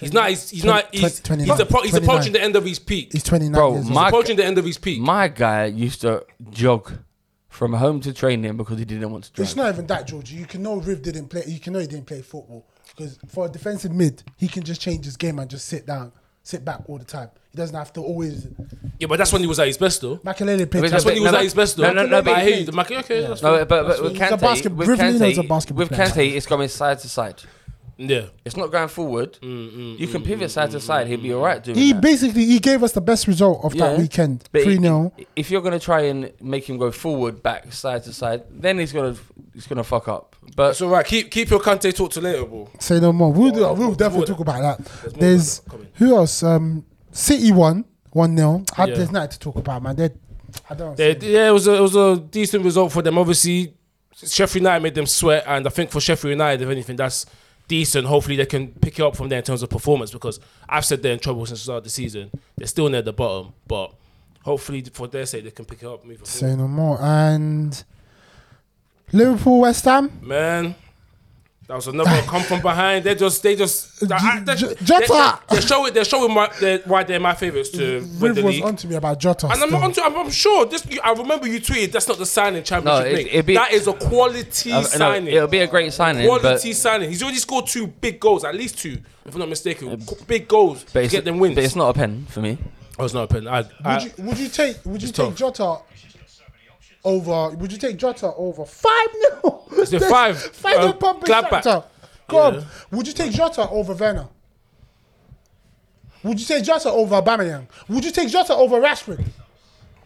[SPEAKER 1] He's not. He's, he's
[SPEAKER 3] Twen-
[SPEAKER 1] not. He's,
[SPEAKER 3] twen-
[SPEAKER 1] he's, appro- he's
[SPEAKER 3] 29.
[SPEAKER 1] approaching the end of his peak.
[SPEAKER 3] He's 29
[SPEAKER 2] Bro,
[SPEAKER 3] years old.
[SPEAKER 2] my-
[SPEAKER 1] approaching the end of his peak.
[SPEAKER 2] my guy used to jog from home to training because he didn't want to drive.
[SPEAKER 3] It's not even that, Georgie. You can know Riv didn't play. You can know he didn't play football because for a defensive mid, he can just change his game and just sit down, sit back all the time. He doesn't have to always.
[SPEAKER 1] Yeah, but that's when he was at his best, though.
[SPEAKER 3] Makalele played.
[SPEAKER 2] But
[SPEAKER 1] That's
[SPEAKER 2] but-
[SPEAKER 1] when he was
[SPEAKER 2] no,
[SPEAKER 1] at his best, though.
[SPEAKER 2] no, no, no,
[SPEAKER 1] But I
[SPEAKER 2] but-
[SPEAKER 1] hear you. The Mac- okay, that's
[SPEAKER 2] No,
[SPEAKER 1] fine.
[SPEAKER 2] but, but with
[SPEAKER 3] He's a
[SPEAKER 2] Kante,
[SPEAKER 3] basket-
[SPEAKER 2] with
[SPEAKER 3] Rivellino is a
[SPEAKER 2] Kante,
[SPEAKER 3] basketball
[SPEAKER 2] with
[SPEAKER 3] player.
[SPEAKER 2] Kante, it's going side to side.
[SPEAKER 1] yeah.
[SPEAKER 2] It's not going
[SPEAKER 1] Mm,
[SPEAKER 2] forward. you can pivot side to side. He'll be all right doing
[SPEAKER 3] he
[SPEAKER 2] that.
[SPEAKER 3] basically he gave us the best result of
[SPEAKER 2] Yeah.
[SPEAKER 3] that weekend.
[SPEAKER 2] But
[SPEAKER 3] Three 0
[SPEAKER 2] i- If you're going to try and make him go forward, back, side to side, then he's going to he's going to fuck up. But uh,
[SPEAKER 1] That's all right. Keep keep your Kante talk to later, bro.
[SPEAKER 3] Say no more. We'll, do-
[SPEAKER 1] Oh,
[SPEAKER 3] we'll
[SPEAKER 1] there's
[SPEAKER 3] definitely
[SPEAKER 1] more
[SPEAKER 3] talk about that.
[SPEAKER 1] more
[SPEAKER 3] There's
[SPEAKER 1] than that coming.
[SPEAKER 3] who else? Um, City won one 0
[SPEAKER 1] Yeah.
[SPEAKER 3] There's nothing to talk about, man. They, I don't.
[SPEAKER 1] Yeah,
[SPEAKER 3] see-
[SPEAKER 1] yeah, it was a, it was a decent result for them. Obviously, Sheffield United made them sweat, and I think for Sheffield United, if anything, that's decent. Hopefully, they can pick it up from there in terms of performance because I've said they're in trouble since the start of the season. They're still near the bottom, but hopefully, for their sake, they can pick it up. Moving forward.
[SPEAKER 3] Say no more. And Liverpool, West Ham.
[SPEAKER 1] Man, that was another come from behind. They just they just
[SPEAKER 3] J-
[SPEAKER 1] I- they-
[SPEAKER 3] J-
[SPEAKER 1] they-
[SPEAKER 3] Jota!
[SPEAKER 1] They, are showing they're showing my, they're, why they're my favourites to win
[SPEAKER 3] Riv
[SPEAKER 1] the
[SPEAKER 3] was
[SPEAKER 1] league.
[SPEAKER 3] on to me about Jota.
[SPEAKER 1] And I'm
[SPEAKER 3] still.
[SPEAKER 1] not onto. I'm, I'm sure. This, you, I remember you tweeted. That's not the signing
[SPEAKER 2] No,
[SPEAKER 1] championship.
[SPEAKER 2] it-
[SPEAKER 1] mate.
[SPEAKER 2] it'd be-
[SPEAKER 1] that is a quality
[SPEAKER 2] uh, no,
[SPEAKER 1] signing.
[SPEAKER 2] it'll be a great signing. But,
[SPEAKER 1] quality signing. He's already scored two big goals, at least two, if I'm not mistaken. Qu- Big goals
[SPEAKER 2] Uh, but,
[SPEAKER 1] to
[SPEAKER 2] it's,
[SPEAKER 1] get them wins.
[SPEAKER 2] but it's not a pen for me.
[SPEAKER 1] Oh, it's not a pen. I, I,
[SPEAKER 3] Would you, would you take would you
[SPEAKER 1] It's
[SPEAKER 3] take Jota over? Would you take Jota over five 0 Is
[SPEAKER 1] it five?
[SPEAKER 3] Five
[SPEAKER 1] Uh,
[SPEAKER 3] nil pumping
[SPEAKER 1] Gladbach.
[SPEAKER 3] Shakhtar. Go on.
[SPEAKER 1] Yeah.
[SPEAKER 3] Would you take Jota over Werner? Would you take Jota over Aubameyang? Would you take Jota over Rashford?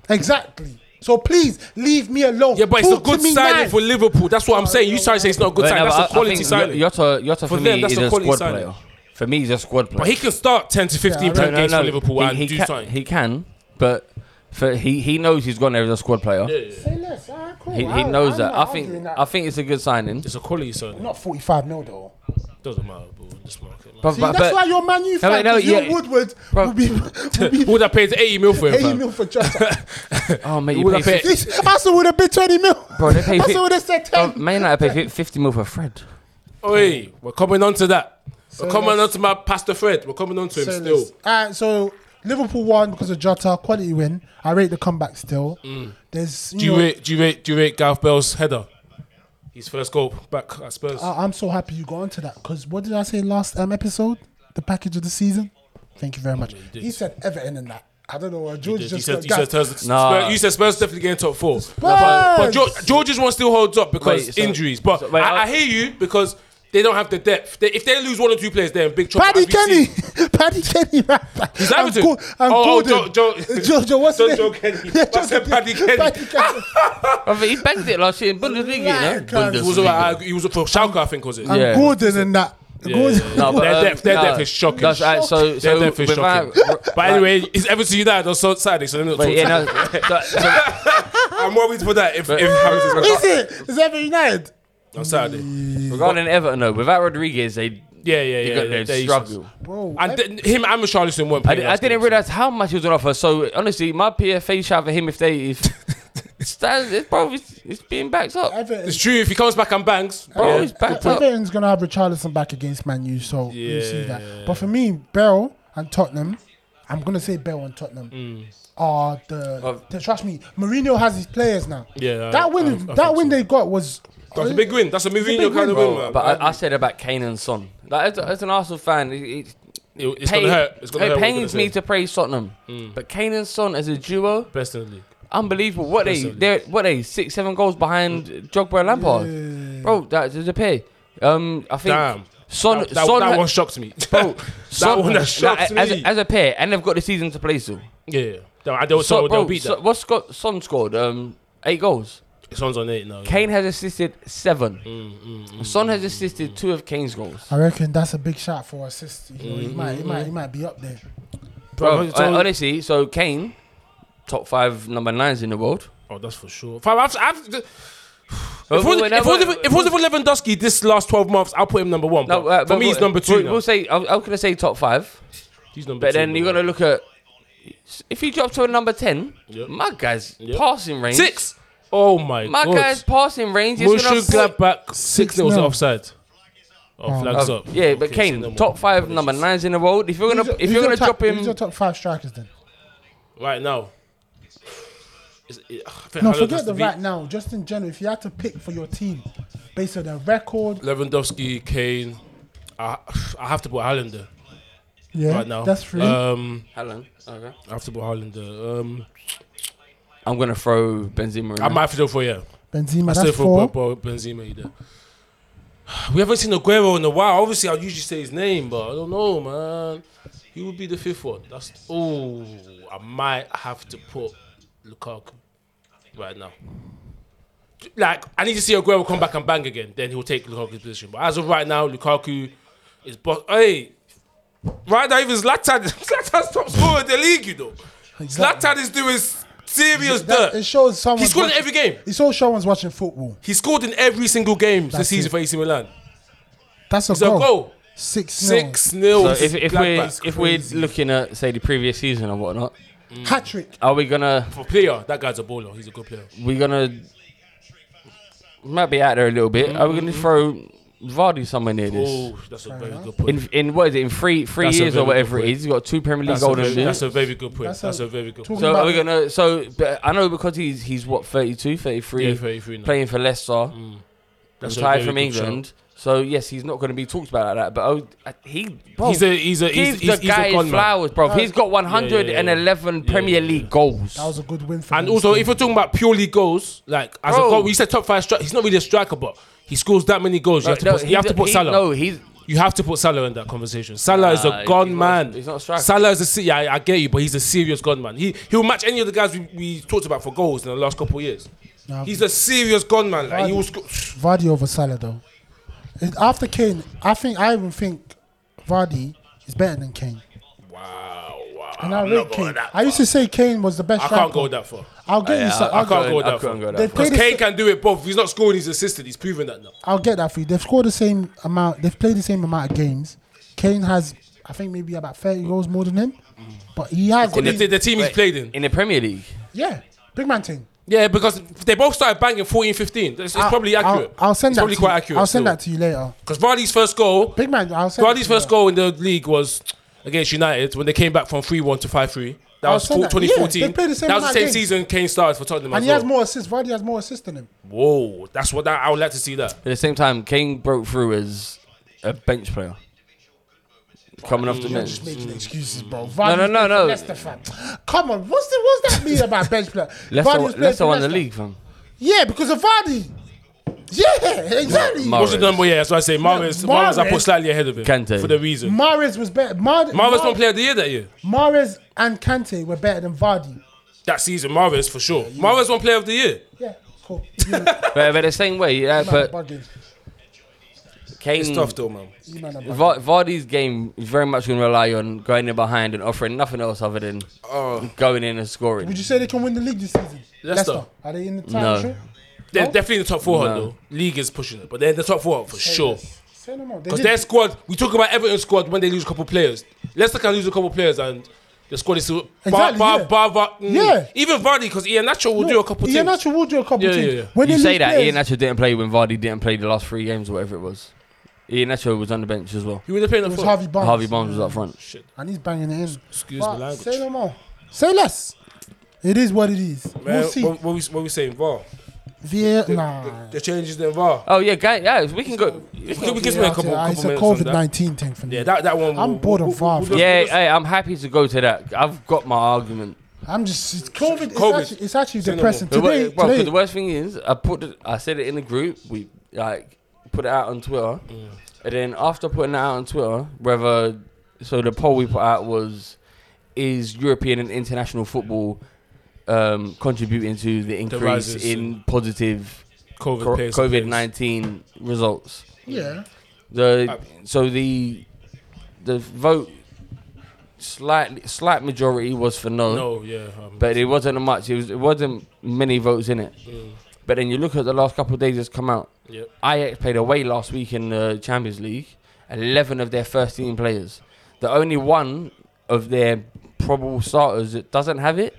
[SPEAKER 3] Exactly. So please leave me alone.
[SPEAKER 1] yeah, but it's a
[SPEAKER 3] Talk to
[SPEAKER 1] good
[SPEAKER 3] me
[SPEAKER 1] signing
[SPEAKER 3] now.
[SPEAKER 1] for Liverpool. That's what I'm saying. You try to say it's not a good
[SPEAKER 2] But
[SPEAKER 1] signing.
[SPEAKER 2] no, but
[SPEAKER 1] That's a
[SPEAKER 2] I- I
[SPEAKER 1] quality
[SPEAKER 2] think
[SPEAKER 1] signing.
[SPEAKER 2] Jota, Jota for,
[SPEAKER 1] For them,
[SPEAKER 2] me
[SPEAKER 1] that's
[SPEAKER 2] is
[SPEAKER 1] a
[SPEAKER 2] a
[SPEAKER 1] quality
[SPEAKER 2] squad
[SPEAKER 1] signing.
[SPEAKER 2] player. For me, he's a squad player.
[SPEAKER 1] but he can start 10 to 15
[SPEAKER 3] Yeah, I
[SPEAKER 1] prem games for Liverpool
[SPEAKER 2] He,
[SPEAKER 1] and
[SPEAKER 2] he
[SPEAKER 1] do
[SPEAKER 2] can,
[SPEAKER 1] something.
[SPEAKER 2] he can, but for he, he knows he's gone there as a squad player.
[SPEAKER 3] Say less. All right, cool.
[SPEAKER 2] He, he
[SPEAKER 3] I-
[SPEAKER 2] knows
[SPEAKER 3] I'm
[SPEAKER 2] that. I
[SPEAKER 3] not
[SPEAKER 2] think
[SPEAKER 3] arguing that.
[SPEAKER 2] I think it's a good signing.
[SPEAKER 1] it's a quality signing.
[SPEAKER 3] not forty-five mil though.
[SPEAKER 1] Doesn't matter, bro. in This market. man.
[SPEAKER 2] But,
[SPEAKER 3] See,
[SPEAKER 2] but,
[SPEAKER 3] that's
[SPEAKER 2] but-
[SPEAKER 3] why you're Man U fan.
[SPEAKER 2] No, no,
[SPEAKER 3] 'cause you
[SPEAKER 2] yeah.
[SPEAKER 3] and Woodward
[SPEAKER 2] Bro.
[SPEAKER 3] would be, would be
[SPEAKER 1] Would I paid 80 mil for him?
[SPEAKER 3] 80
[SPEAKER 1] fam?
[SPEAKER 3] mil for Jota.
[SPEAKER 2] oh mate, you
[SPEAKER 1] Would I
[SPEAKER 2] pay
[SPEAKER 1] pay-
[SPEAKER 3] This Arsenal would have been 20 mil.
[SPEAKER 2] Bro, they pay
[SPEAKER 3] Arsenal
[SPEAKER 2] fif-
[SPEAKER 3] would have said 10.
[SPEAKER 2] Oh,
[SPEAKER 1] Um,
[SPEAKER 2] Man United pay fif- 50 mil for Fred.
[SPEAKER 1] Oi, we're coming on to that. We're coming on
[SPEAKER 3] let's-
[SPEAKER 1] to my Pastor Fred. We're coming on to him
[SPEAKER 3] So
[SPEAKER 1] still.
[SPEAKER 3] let's- All right, so Liverpool won because of Jota. Quality win. I rate the comeback still. There's, you
[SPEAKER 1] Mm. Do you
[SPEAKER 3] know,
[SPEAKER 1] rate? Do you rate? Do you rate Gareth Bell's header? His first goal back at Spurs.
[SPEAKER 3] I, I'm so happy you got onto that because what did I say last um, episode? The package of the season? Thank you very much.
[SPEAKER 1] did.
[SPEAKER 3] he said Everton in that. I don't know why George
[SPEAKER 1] He
[SPEAKER 3] just
[SPEAKER 1] said,
[SPEAKER 3] got
[SPEAKER 1] he said,
[SPEAKER 3] gassed.
[SPEAKER 1] Spurs,
[SPEAKER 2] Nah.
[SPEAKER 1] Spurs, you said Spurs definitely getting top four. But, but George, George's one still holds up because
[SPEAKER 2] Wait, so-
[SPEAKER 1] injuries. But
[SPEAKER 2] so- wait,
[SPEAKER 1] I,
[SPEAKER 2] I-
[SPEAKER 1] I hear you because they don't have the depth. They, if they lose one or two players, they're in big trouble.
[SPEAKER 3] Paddy
[SPEAKER 1] Have you
[SPEAKER 3] Kenny,
[SPEAKER 1] seen-
[SPEAKER 3] Paddy Kenny, right back.
[SPEAKER 1] He's Everton.
[SPEAKER 3] Go- and
[SPEAKER 1] oh, oh, Joe,
[SPEAKER 3] Gordon.
[SPEAKER 1] Joe,
[SPEAKER 3] Joe, Joe, what's
[SPEAKER 1] Joe,
[SPEAKER 3] his
[SPEAKER 1] Joe
[SPEAKER 3] name?
[SPEAKER 1] Kenny.
[SPEAKER 3] Yeah,
[SPEAKER 1] I said Paddy Kenny.
[SPEAKER 3] Paddy Kenny.
[SPEAKER 2] I think he bagged it last year in Bundesliga. you know?
[SPEAKER 3] Right, guys.
[SPEAKER 1] He was all right. I- He was for Schalke, I think, was it?
[SPEAKER 3] and
[SPEAKER 2] Yeah.
[SPEAKER 3] Gordon and that.
[SPEAKER 1] Yeah, um,
[SPEAKER 3] Gordon.
[SPEAKER 1] yeah, yeah. their depth, their depth is shocking.
[SPEAKER 2] um, That's, right, so,
[SPEAKER 1] their
[SPEAKER 2] so
[SPEAKER 1] depth is
[SPEAKER 2] without-
[SPEAKER 1] shocking. but anyway, it's Everton United on Sun- Saturday, so let me not
[SPEAKER 2] But
[SPEAKER 1] talk
[SPEAKER 2] yeah,
[SPEAKER 1] to-
[SPEAKER 2] no, so, so,
[SPEAKER 1] I'm worried for that if, if Harris is going
[SPEAKER 3] Is it? Is that United?
[SPEAKER 1] on Saturday.
[SPEAKER 2] regarding Everton, though, without Rodriguez, they
[SPEAKER 1] Yeah, yeah, yeah.
[SPEAKER 2] you got
[SPEAKER 1] yeah,
[SPEAKER 2] their
[SPEAKER 1] they-
[SPEAKER 2] struggle.
[SPEAKER 3] Bro,
[SPEAKER 1] And then him and Richarlison weren't
[SPEAKER 2] I,
[SPEAKER 1] playing.
[SPEAKER 2] di- I
[SPEAKER 1] last
[SPEAKER 2] didn't
[SPEAKER 1] game,
[SPEAKER 2] realize how much he was on offer. So honestly, my PFA shout for him if they if stands, it's, bro, it's, it's being backed up.
[SPEAKER 1] so-
[SPEAKER 3] Everton,
[SPEAKER 1] It's true. If he comes back and bangs,
[SPEAKER 2] Bro,
[SPEAKER 1] yeah.
[SPEAKER 2] he's backed up.
[SPEAKER 3] Everton's going to have Richarlison back against Man U, so you see that. But for me, Bell and Tottenham, I'm going to say Bell and Tottenham
[SPEAKER 1] Mm.
[SPEAKER 3] are the,
[SPEAKER 2] Of-
[SPEAKER 3] the- Trust me, Mourinho has his players now.
[SPEAKER 1] Yeah, I-
[SPEAKER 3] that win,
[SPEAKER 1] I- I think
[SPEAKER 3] that win
[SPEAKER 1] so.
[SPEAKER 3] they got was.
[SPEAKER 1] That's a big win. That's a
[SPEAKER 3] big
[SPEAKER 1] Mourinho
[SPEAKER 3] win,
[SPEAKER 1] kind of
[SPEAKER 3] bro.
[SPEAKER 1] win, man.
[SPEAKER 2] But I, I said about Kane and Son. Like, as, as an Arsenal fan, it, it,
[SPEAKER 1] It- it's
[SPEAKER 2] pain-
[SPEAKER 1] going to hurt. It's going
[SPEAKER 2] it
[SPEAKER 1] to hurt. what we're
[SPEAKER 2] pains
[SPEAKER 1] gonna
[SPEAKER 2] me
[SPEAKER 1] say.
[SPEAKER 2] to praise Tottenham.
[SPEAKER 1] Mm.
[SPEAKER 2] But Kane and Son as a duo,
[SPEAKER 1] Best in the league.
[SPEAKER 2] unbelievable. What they
[SPEAKER 1] Absolutely.
[SPEAKER 2] they what they six seven goals behind Jogba and Lampard, bro. That is a pay. Um, I think
[SPEAKER 1] Damn.
[SPEAKER 2] Son
[SPEAKER 1] that, that,
[SPEAKER 2] Son
[SPEAKER 1] that
[SPEAKER 2] ha-
[SPEAKER 1] one shocked me.
[SPEAKER 2] Bro,
[SPEAKER 1] that one that shocked
[SPEAKER 2] as,
[SPEAKER 1] me.
[SPEAKER 2] a- as a pair, and they've got the season to play still.
[SPEAKER 1] yeah. No, I don't.
[SPEAKER 2] So,
[SPEAKER 1] So,
[SPEAKER 2] bro,
[SPEAKER 1] they'll beat
[SPEAKER 2] so,
[SPEAKER 1] that.
[SPEAKER 2] what's Scott, Son scored? Um, eight goals.
[SPEAKER 1] Son's on eight now.
[SPEAKER 2] Kane has assisted seven.
[SPEAKER 1] Mm, mm, mm.
[SPEAKER 2] Son has assisted two of Kane's goals.
[SPEAKER 3] I reckon that's a big shot for assist. You know, he
[SPEAKER 1] Mm-hmm.
[SPEAKER 3] might, he might, he might be up there.
[SPEAKER 2] Bro, uh,
[SPEAKER 1] it's all-
[SPEAKER 2] honestly, so Kane, top five number nines in the world.
[SPEAKER 1] Oh, that's for sure. Fam, I've, I've, if
[SPEAKER 2] But
[SPEAKER 1] it wasn't-
[SPEAKER 2] wait,
[SPEAKER 1] if it
[SPEAKER 2] no,
[SPEAKER 1] wasn't
[SPEAKER 2] wait,
[SPEAKER 1] for- if it wasn't for Lewandowski this last 12 months, I'll put him number one.
[SPEAKER 2] No,
[SPEAKER 1] but
[SPEAKER 2] uh,
[SPEAKER 1] for
[SPEAKER 2] but
[SPEAKER 1] me, he's
[SPEAKER 2] we-
[SPEAKER 1] number two.
[SPEAKER 2] we-
[SPEAKER 1] now.
[SPEAKER 2] We'll say I I was gonna say top five,
[SPEAKER 1] he's number
[SPEAKER 2] but
[SPEAKER 1] two.
[SPEAKER 2] then you're gonna look at if he drops to a number ten,
[SPEAKER 1] Yep.
[SPEAKER 2] my guy's
[SPEAKER 1] Yep.
[SPEAKER 2] passing range.
[SPEAKER 1] Six. Oh, my
[SPEAKER 2] My
[SPEAKER 1] God.
[SPEAKER 2] guy's passing range is gonna.
[SPEAKER 1] Mushu Gladbach, six nils
[SPEAKER 3] nil.
[SPEAKER 1] offside. Oh, flags
[SPEAKER 2] Uh,
[SPEAKER 1] up.
[SPEAKER 2] yeah, but
[SPEAKER 1] Okay,
[SPEAKER 2] Kane,
[SPEAKER 1] so no more.
[SPEAKER 2] top five number nines in the world. If you're
[SPEAKER 3] Who's
[SPEAKER 2] gonna
[SPEAKER 3] your-
[SPEAKER 2] if
[SPEAKER 3] who's
[SPEAKER 2] you're
[SPEAKER 3] your
[SPEAKER 2] gonna
[SPEAKER 3] top,
[SPEAKER 2] drop him,
[SPEAKER 3] Who's your top five strikers then?
[SPEAKER 1] Right now. Is it- I think
[SPEAKER 3] No,
[SPEAKER 1] Haaland has
[SPEAKER 3] forget
[SPEAKER 1] to
[SPEAKER 3] the
[SPEAKER 1] be-
[SPEAKER 3] right now. Just in general, if you had to pick for your team based on their record,
[SPEAKER 1] Lewandowski, Kane. I, I have to put Hollander
[SPEAKER 3] yeah,
[SPEAKER 1] right now.
[SPEAKER 3] that's true.
[SPEAKER 1] Um,
[SPEAKER 2] Helen, okay.
[SPEAKER 1] I have to put Hollander. Um,
[SPEAKER 2] I'm gonna throw Benzema. In
[SPEAKER 1] I might have to go for yeah.
[SPEAKER 3] Benzema,
[SPEAKER 1] I
[SPEAKER 3] that's
[SPEAKER 1] still for
[SPEAKER 3] four.
[SPEAKER 1] Bo- Bo- Benzema either. We haven't seen Aguero in a while. Obviously, I usually say his name, but I don't know, man. He would be the fifth one. That's oh, I might have to put Lukaku right now. Like, I need to see Aguero come back and bang again. Then he'll take Lukaku's position. But as of right now, Lukaku is boss. Hey, right now even Zlatan, Zlatan's top scorer in the league. You know,
[SPEAKER 3] Exactly.
[SPEAKER 1] Zlatan is doing serious
[SPEAKER 3] That- It
[SPEAKER 1] dirt.
[SPEAKER 3] shows someone.
[SPEAKER 1] He scored in every game.
[SPEAKER 3] It shows someone's watching football.
[SPEAKER 1] He scored in every single game
[SPEAKER 3] That's
[SPEAKER 1] this season
[SPEAKER 3] it.
[SPEAKER 1] for AC Milan.
[SPEAKER 3] That's a
[SPEAKER 1] It's a
[SPEAKER 3] goal.
[SPEAKER 1] goal.
[SPEAKER 3] Six,
[SPEAKER 1] Six nil.
[SPEAKER 2] So if, if we're
[SPEAKER 1] Gladbach.
[SPEAKER 2] if we're
[SPEAKER 3] crazy.
[SPEAKER 2] looking at say the previous season or whatnot,
[SPEAKER 3] hat trick.
[SPEAKER 2] are we gonna
[SPEAKER 1] for player, that guy's a baller. He's a good player.
[SPEAKER 2] we gonna might be out there a little bit? Are we gonna throw Vardy somewhere near this?
[SPEAKER 1] Mm-hmm. Oh, that's a very
[SPEAKER 3] enough.
[SPEAKER 1] good point.
[SPEAKER 2] In in what is it in three three
[SPEAKER 1] That's a
[SPEAKER 2] years or
[SPEAKER 1] very
[SPEAKER 2] whatever
[SPEAKER 1] good
[SPEAKER 2] it is? He's got two Premier League
[SPEAKER 1] That's a,
[SPEAKER 2] golden
[SPEAKER 1] very, that's
[SPEAKER 2] shoes.
[SPEAKER 1] a very good point.
[SPEAKER 3] That's
[SPEAKER 1] That's,
[SPEAKER 3] a-
[SPEAKER 1] a very good point.
[SPEAKER 3] Talking
[SPEAKER 2] So
[SPEAKER 3] about
[SPEAKER 2] are we gonna? So but I know because he's he's what 32, 33,
[SPEAKER 1] Yeah, 33 now. Mm.
[SPEAKER 2] playing for Leicester,
[SPEAKER 1] That's a
[SPEAKER 2] retired
[SPEAKER 1] very
[SPEAKER 2] from
[SPEAKER 1] good
[SPEAKER 2] England. So yes, he's not going to to be talked about like that. But oh, uh, he bro,
[SPEAKER 1] He's a he's a
[SPEAKER 2] give
[SPEAKER 1] he's, he's,
[SPEAKER 2] the
[SPEAKER 1] he's
[SPEAKER 2] guy
[SPEAKER 1] a
[SPEAKER 2] his
[SPEAKER 1] con man.
[SPEAKER 2] flowers, bro. He's got 111
[SPEAKER 1] yeah,
[SPEAKER 2] Premier
[SPEAKER 1] yeah.
[SPEAKER 2] League goals.
[SPEAKER 3] that was a good win for
[SPEAKER 1] And
[SPEAKER 3] them
[SPEAKER 1] also,
[SPEAKER 3] still.
[SPEAKER 1] if we're talking about purely goals, like as
[SPEAKER 2] Bro.
[SPEAKER 1] a goal, you said top five striker. He's not really a striker, but he scores that many goals. You have to put, you have to put
[SPEAKER 2] he,
[SPEAKER 1] Salah.
[SPEAKER 2] No, he's
[SPEAKER 1] You have to put Salah in that conversation. Salah is
[SPEAKER 2] Nah,
[SPEAKER 1] a
[SPEAKER 2] he-
[SPEAKER 1] gone
[SPEAKER 2] he's not-
[SPEAKER 1] man.
[SPEAKER 2] he's not a striker.
[SPEAKER 1] Salah is a se- yeah, I, I get you, but he's a serious gone man. He he'll match any of the guys we, we talked about for goals in the last couple of years.
[SPEAKER 3] Nah,
[SPEAKER 1] He's a serious gone man. Like he will sco-
[SPEAKER 3] Vardy over Salah though. And After Kane, I think I even think Vardy is better than Kane.
[SPEAKER 1] Wow, wow.
[SPEAKER 3] And I
[SPEAKER 1] I'm
[SPEAKER 3] rate
[SPEAKER 1] not
[SPEAKER 3] Kane.
[SPEAKER 1] going that.
[SPEAKER 3] I used to say Kane was the best.
[SPEAKER 1] I
[SPEAKER 3] striker.
[SPEAKER 1] can't go that far.
[SPEAKER 3] I'll get you.
[SPEAKER 2] yeah,
[SPEAKER 3] Some,
[SPEAKER 2] I
[SPEAKER 3] I'll,
[SPEAKER 1] can't
[SPEAKER 3] get,
[SPEAKER 1] go
[SPEAKER 2] I
[SPEAKER 1] that
[SPEAKER 2] couldn't
[SPEAKER 1] far.
[SPEAKER 2] go
[SPEAKER 3] They
[SPEAKER 2] that far.
[SPEAKER 1] Because
[SPEAKER 3] played the
[SPEAKER 1] Kane
[SPEAKER 3] sa-
[SPEAKER 1] can do it both. If he's not scoring, he's assisted. He's proven that now.
[SPEAKER 3] I'll get that for you. They've scored the same amount. They've played the same amount of games. Kane has, I think, maybe about thirty goals more than him, but he has.
[SPEAKER 1] In the, the team he's
[SPEAKER 2] Wait,
[SPEAKER 1] played in.
[SPEAKER 2] in the Premier League.
[SPEAKER 3] yeah, big man team.
[SPEAKER 1] Yeah, because they both started banging 14 15. It's, it's
[SPEAKER 3] I'll-
[SPEAKER 1] probably
[SPEAKER 3] I'll-
[SPEAKER 1] accurate.
[SPEAKER 3] I'll, send
[SPEAKER 1] it's
[SPEAKER 3] that.
[SPEAKER 1] probably
[SPEAKER 3] to
[SPEAKER 1] quite
[SPEAKER 3] you.
[SPEAKER 1] accurate.
[SPEAKER 3] I'll send that to you later.
[SPEAKER 1] Because Vardy's first goal
[SPEAKER 3] Big man, I'll send.
[SPEAKER 1] Vardy's
[SPEAKER 3] that to you
[SPEAKER 1] first
[SPEAKER 3] later.
[SPEAKER 1] goal in the league was against United when they came back from 3 1 to 5 3. That
[SPEAKER 3] Oh, I
[SPEAKER 1] was
[SPEAKER 3] saw that.
[SPEAKER 1] 2014.
[SPEAKER 3] Yeah, they played the same
[SPEAKER 1] that was the
[SPEAKER 3] amount of
[SPEAKER 1] same
[SPEAKER 3] games.
[SPEAKER 1] season Kane started for Tottenham.
[SPEAKER 3] And
[SPEAKER 1] as
[SPEAKER 3] he has
[SPEAKER 1] well.
[SPEAKER 3] more assists. Vardy has more assists than him.
[SPEAKER 1] Whoa, that's what that, I would like to see that.
[SPEAKER 2] At the same time, Kane broke through as a bench player. Coming off the
[SPEAKER 1] Mm.
[SPEAKER 3] You're
[SPEAKER 2] bench.
[SPEAKER 3] just making excuses, bro.
[SPEAKER 2] No, no,
[SPEAKER 3] Vardy's
[SPEAKER 2] no, no.
[SPEAKER 3] Leicester fan. Come on, what's the, what's that mean about bench player?
[SPEAKER 2] Leicester,
[SPEAKER 3] Vardy's played
[SPEAKER 2] Leicester
[SPEAKER 3] for
[SPEAKER 2] won the league, fam.
[SPEAKER 3] Yeah, because of Vardy. Yeah, exactly.
[SPEAKER 2] Ma-
[SPEAKER 1] What's the number? Yeah, that's what I say. Mares, Mares, I put
[SPEAKER 3] Mahrez-
[SPEAKER 1] slightly ahead of him.
[SPEAKER 2] Kante.
[SPEAKER 1] For the reason.
[SPEAKER 3] Mares was better. Mar-
[SPEAKER 1] Mares
[SPEAKER 3] Mar-
[SPEAKER 1] won player of the year that year.
[SPEAKER 3] Mahrez and Kante were better than Vardy.
[SPEAKER 1] That season, Mares for sure. Mares won player of the year.
[SPEAKER 3] Yeah, cool. You man are
[SPEAKER 2] But, but the same way, yeah, but
[SPEAKER 3] bugging.
[SPEAKER 1] It's
[SPEAKER 2] Kane,
[SPEAKER 1] tough though, man.
[SPEAKER 3] You man are bugging.
[SPEAKER 2] Va- Vardy's game is very much going to rely on going in behind and offering nothing else other than
[SPEAKER 1] Oh,
[SPEAKER 2] going in and scoring.
[SPEAKER 3] Would you say they can win the league this season?
[SPEAKER 1] Leicester.
[SPEAKER 3] Are they in the
[SPEAKER 2] No.
[SPEAKER 3] title?
[SPEAKER 1] they're
[SPEAKER 3] No?
[SPEAKER 1] definitely in the top four
[SPEAKER 2] No.
[SPEAKER 1] though. League is pushing it, but they're in the top four for sure.
[SPEAKER 3] Say no more. They
[SPEAKER 1] Because
[SPEAKER 3] did-
[SPEAKER 1] their squad, we talk about Everton squad when they lose a couple players. Leicester can lose a couple players and the squad is still.
[SPEAKER 3] Exactly,
[SPEAKER 1] bar,
[SPEAKER 3] yeah.
[SPEAKER 1] bar, bar, mm.
[SPEAKER 3] Yeah.
[SPEAKER 1] Even Vardy, because Ian Nacho will do a couple
[SPEAKER 3] Ian
[SPEAKER 1] things.
[SPEAKER 3] Nacho will do a couple
[SPEAKER 1] Yeah,
[SPEAKER 3] things.
[SPEAKER 1] yeah, yeah.
[SPEAKER 3] When
[SPEAKER 2] You
[SPEAKER 3] they
[SPEAKER 2] say
[SPEAKER 3] lose
[SPEAKER 2] that
[SPEAKER 3] players-
[SPEAKER 2] Ian Nacho didn't play when Vardy didn't play the last three games or whatever it was. Ian Nacho was on the bench as well.
[SPEAKER 1] Who were they playing
[SPEAKER 3] It
[SPEAKER 1] at
[SPEAKER 3] was
[SPEAKER 1] four?
[SPEAKER 3] Harvey Barnes.
[SPEAKER 2] Harvey Barnes was up front.
[SPEAKER 1] Shit.
[SPEAKER 3] And he's banging it in.
[SPEAKER 1] Excuse
[SPEAKER 3] But
[SPEAKER 1] my language.
[SPEAKER 3] Say no more. Say less. It is what it is.
[SPEAKER 1] Man,
[SPEAKER 3] we'll see.
[SPEAKER 1] What, what we, what we saying, VAR?
[SPEAKER 3] VAR, nah.
[SPEAKER 1] The changes in VAR.
[SPEAKER 2] Oh yeah, guy, yeah, we can go. we can-
[SPEAKER 1] We can spend a couple,
[SPEAKER 3] Yeah,
[SPEAKER 1] couple
[SPEAKER 3] It's a
[SPEAKER 1] minutes
[SPEAKER 3] COVID
[SPEAKER 1] on that.
[SPEAKER 3] 19 thing for me.
[SPEAKER 1] Yeah, that, that one.
[SPEAKER 3] I'm
[SPEAKER 1] we'll-
[SPEAKER 3] bored of
[SPEAKER 1] we'll-
[SPEAKER 3] VAR,
[SPEAKER 1] we'll-
[SPEAKER 3] bro.
[SPEAKER 2] Yeah, hey, I'm happy to go to that. I've got my argument.
[SPEAKER 3] I'm just, it's COVID. It's
[SPEAKER 1] COVID.
[SPEAKER 3] actually, it's actually
[SPEAKER 1] Say no
[SPEAKER 3] depressing.
[SPEAKER 2] The,
[SPEAKER 3] Today,
[SPEAKER 2] wor- bro, 'cause
[SPEAKER 3] today
[SPEAKER 2] the worst thing is, I put, it, I said it in the group. We like put it out on Twitter, and then after putting it out on Twitter, whether so the poll we put out was, is European and international football um, contributing to the increase
[SPEAKER 1] rises
[SPEAKER 2] in
[SPEAKER 1] in-
[SPEAKER 2] positive
[SPEAKER 1] COVID players.
[SPEAKER 2] COVID nineteen results?
[SPEAKER 3] yeah.
[SPEAKER 2] The
[SPEAKER 1] Uh,
[SPEAKER 2] so the the vote slightly slight majority was for no,
[SPEAKER 1] No, yeah. Um,
[SPEAKER 2] but it wasn't much. It was it wasn't many votes in it.
[SPEAKER 1] mm,
[SPEAKER 2] But then you look at the last couple of days that's come out.
[SPEAKER 1] yep.
[SPEAKER 2] Ajax played away last week in the Champions League. Eleven of their first team players. The only one of their probable starters that doesn't have it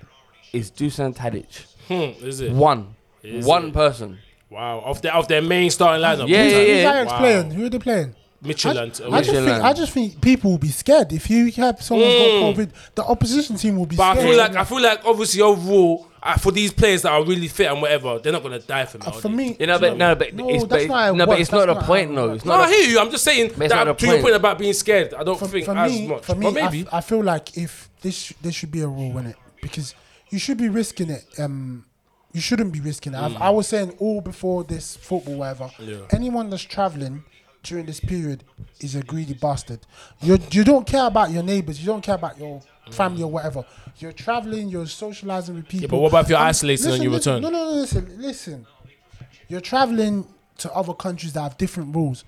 [SPEAKER 2] is Dusan Tadic.
[SPEAKER 1] Hmm, is it?
[SPEAKER 2] One,
[SPEAKER 1] Is
[SPEAKER 2] one
[SPEAKER 1] it?
[SPEAKER 2] person.
[SPEAKER 1] Wow. Off their, off their main starting lineup.
[SPEAKER 2] Yeah,
[SPEAKER 3] Who's-
[SPEAKER 2] yeah,
[SPEAKER 3] who's
[SPEAKER 2] yeah.
[SPEAKER 3] Ajax
[SPEAKER 1] Wow.
[SPEAKER 3] playing? Who are they playing?
[SPEAKER 1] Mitchell
[SPEAKER 3] I,
[SPEAKER 1] and.
[SPEAKER 3] I just think, I just think people will be scared if you have someone
[SPEAKER 1] Mm.
[SPEAKER 3] got COVID. The opposition team will be
[SPEAKER 1] But I
[SPEAKER 3] scared.
[SPEAKER 1] feel like I feel like obviously overall uh, for these players that are really fit and whatever, they're not gonna die from it.
[SPEAKER 3] Uh,
[SPEAKER 1] are
[SPEAKER 3] for
[SPEAKER 1] they?
[SPEAKER 3] me,
[SPEAKER 2] You know, but no, but
[SPEAKER 3] No,
[SPEAKER 2] it's,
[SPEAKER 3] that's
[SPEAKER 2] but,
[SPEAKER 3] not how it
[SPEAKER 2] no, but
[SPEAKER 3] works.
[SPEAKER 2] it's not
[SPEAKER 3] That's
[SPEAKER 2] a
[SPEAKER 3] not
[SPEAKER 2] point,
[SPEAKER 3] how it
[SPEAKER 2] no. It's
[SPEAKER 3] works.
[SPEAKER 1] no,
[SPEAKER 2] not.
[SPEAKER 1] I
[SPEAKER 2] a-
[SPEAKER 1] hear you. I'm just saying
[SPEAKER 2] it's
[SPEAKER 1] that
[SPEAKER 2] not a
[SPEAKER 1] to your
[SPEAKER 2] point.
[SPEAKER 1] point about being scared, I don't
[SPEAKER 3] for,
[SPEAKER 1] think
[SPEAKER 3] for
[SPEAKER 1] as
[SPEAKER 3] me,
[SPEAKER 1] much.
[SPEAKER 3] for me,
[SPEAKER 1] but
[SPEAKER 3] I
[SPEAKER 1] maybe
[SPEAKER 3] f- I, feel like if this sh- there should be a rule in it because you should be risking it. Um, you shouldn't be risking it. I've I was saying all before this football, whatever.
[SPEAKER 1] Mm. Yeah.
[SPEAKER 3] Anyone that's traveling during this period is a greedy bastard. You you don't care about your neighbors. You don't care about your family or whatever. You're traveling. You're socializing with people.
[SPEAKER 1] but what about if you're
[SPEAKER 3] Um,
[SPEAKER 1] isolated
[SPEAKER 3] listen,
[SPEAKER 1] and you
[SPEAKER 3] listen,
[SPEAKER 1] return?
[SPEAKER 3] No, no, no. Listen, listen. You're traveling to other countries that have different rules,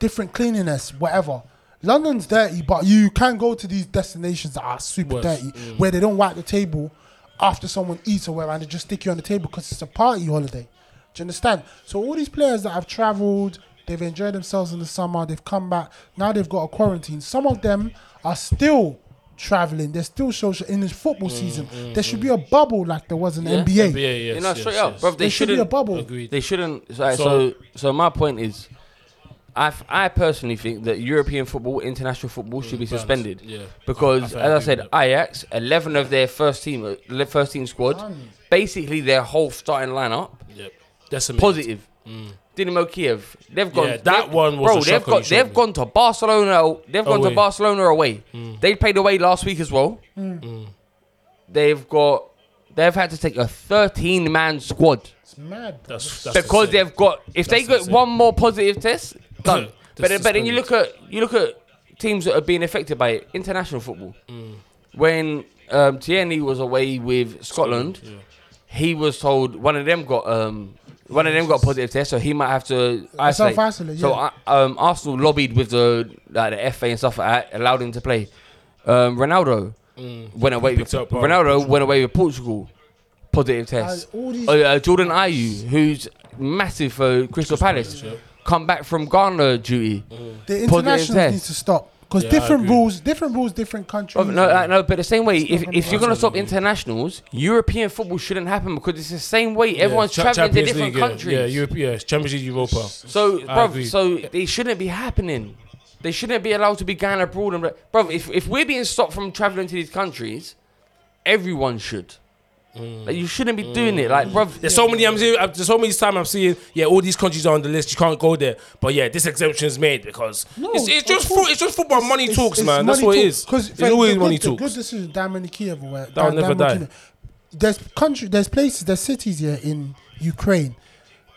[SPEAKER 3] different cleanliness, whatever. London's dirty, but you can go to these destinations that are super
[SPEAKER 1] Worse.
[SPEAKER 3] dirty, where they don't wipe the table after someone eats or whatever, and they just stick you on the table because it's a party holiday. Do you understand? So all these players that have travelled, they've enjoyed themselves in the summer, they've come back, now they've got a quarantine. Some of them are still travelling, they're still social in this football season. There should be a bubble like there was in the
[SPEAKER 2] Yeah.
[SPEAKER 3] NBA.
[SPEAKER 1] yeah, yeah.
[SPEAKER 2] you know, straight up, bro. They
[SPEAKER 3] There should be a
[SPEAKER 2] shouldn't.
[SPEAKER 3] bubble.
[SPEAKER 1] Agreed.
[SPEAKER 2] They shouldn't. So, so,
[SPEAKER 1] So-
[SPEAKER 2] so my point is, I, f- I personally think that European football, international football, should be
[SPEAKER 1] balanced,
[SPEAKER 2] suspended.
[SPEAKER 1] yeah.
[SPEAKER 2] Because,
[SPEAKER 1] I- I
[SPEAKER 2] as I
[SPEAKER 1] agree
[SPEAKER 2] said,
[SPEAKER 1] with
[SPEAKER 2] Ajax, eleven of their first team, uh, le- first team squad, basically their whole starting lineup,
[SPEAKER 1] Yep. Decimated.
[SPEAKER 2] positive. Dinamo Kiev, they've gone.
[SPEAKER 1] Mm. Yeah, that
[SPEAKER 2] they've-
[SPEAKER 1] one was
[SPEAKER 2] bro.
[SPEAKER 1] a
[SPEAKER 2] they've
[SPEAKER 1] shocker you
[SPEAKER 2] got.
[SPEAKER 1] showed
[SPEAKER 2] They've
[SPEAKER 1] me.
[SPEAKER 2] gone to Barcelona. They've gone to
[SPEAKER 1] Away. Mm.
[SPEAKER 2] Barcelona away. They played away last week as well. They've got. They've had to take a 13-man squad
[SPEAKER 3] It's mad. bro.
[SPEAKER 1] That's, that's
[SPEAKER 2] because
[SPEAKER 1] insane.
[SPEAKER 2] they've got if they
[SPEAKER 1] That's
[SPEAKER 2] get
[SPEAKER 1] insane.
[SPEAKER 2] one more positive test, done. but
[SPEAKER 1] That's
[SPEAKER 2] but then you look at you look at teams that are being affected by it, international football.
[SPEAKER 1] Mm.
[SPEAKER 2] When um, Tierney was away with Scotland,
[SPEAKER 1] Yeah.
[SPEAKER 2] he was told one of them got um, one of them got a positive test, so he might have to isolate.
[SPEAKER 3] self-isolate,
[SPEAKER 2] So
[SPEAKER 3] yeah.
[SPEAKER 2] I, um, Arsenal lobbied with the like the FA and stuff like that, allowed him to play. Um, Ronaldo went away. With,
[SPEAKER 1] picked up, uh,
[SPEAKER 2] Ronaldo went away with Portugal. Positive test.
[SPEAKER 3] Uh, all these-
[SPEAKER 1] Oh,
[SPEAKER 2] Uh, uh, Jordan Ayew, who's massive for Crystal Palace, come back from Ghana duty.
[SPEAKER 1] Mm-hmm.
[SPEAKER 3] The
[SPEAKER 2] Positive
[SPEAKER 3] internationals
[SPEAKER 2] test.
[SPEAKER 3] need to stop because
[SPEAKER 1] Yeah, I
[SPEAKER 3] different
[SPEAKER 1] agree.
[SPEAKER 3] rules, different rules, different countries.
[SPEAKER 2] Oh, no, uh, no, but the same way, if,
[SPEAKER 3] gonna
[SPEAKER 2] if you're
[SPEAKER 3] work.
[SPEAKER 2] going to stop internationals, European football shouldn't happen because it's the same way. Everyone's
[SPEAKER 1] Cha-
[SPEAKER 2] traveling to
[SPEAKER 1] Champions
[SPEAKER 2] different
[SPEAKER 1] League, yeah.
[SPEAKER 2] countries.
[SPEAKER 1] Yeah, Europe, yeah, Champions League Europa.
[SPEAKER 2] So,
[SPEAKER 1] I
[SPEAKER 2] bruv,
[SPEAKER 1] agree.
[SPEAKER 2] so they shouldn't be happening. They shouldn't be allowed to be going abroad. And, bruv, if, if we're being stopped from traveling to these countries, everyone should.
[SPEAKER 1] Mm.
[SPEAKER 2] Like, you shouldn't be doing it. Like, bruv,
[SPEAKER 1] There's so many I'm seeing, uh, there's so many times I'm seeing yeah all these countries are on the list you can't go there but yeah this exemption's made because
[SPEAKER 3] No,
[SPEAKER 1] it's, it's
[SPEAKER 3] of
[SPEAKER 1] just
[SPEAKER 3] course.
[SPEAKER 1] fo- it's just football money talks man that's what it is
[SPEAKER 3] Because
[SPEAKER 1] it's always money
[SPEAKER 3] good, The
[SPEAKER 1] talks
[SPEAKER 3] good decision, Diamond Kiev, where
[SPEAKER 1] That'll never die.
[SPEAKER 3] There's country, there's places, there's cities here in Ukraine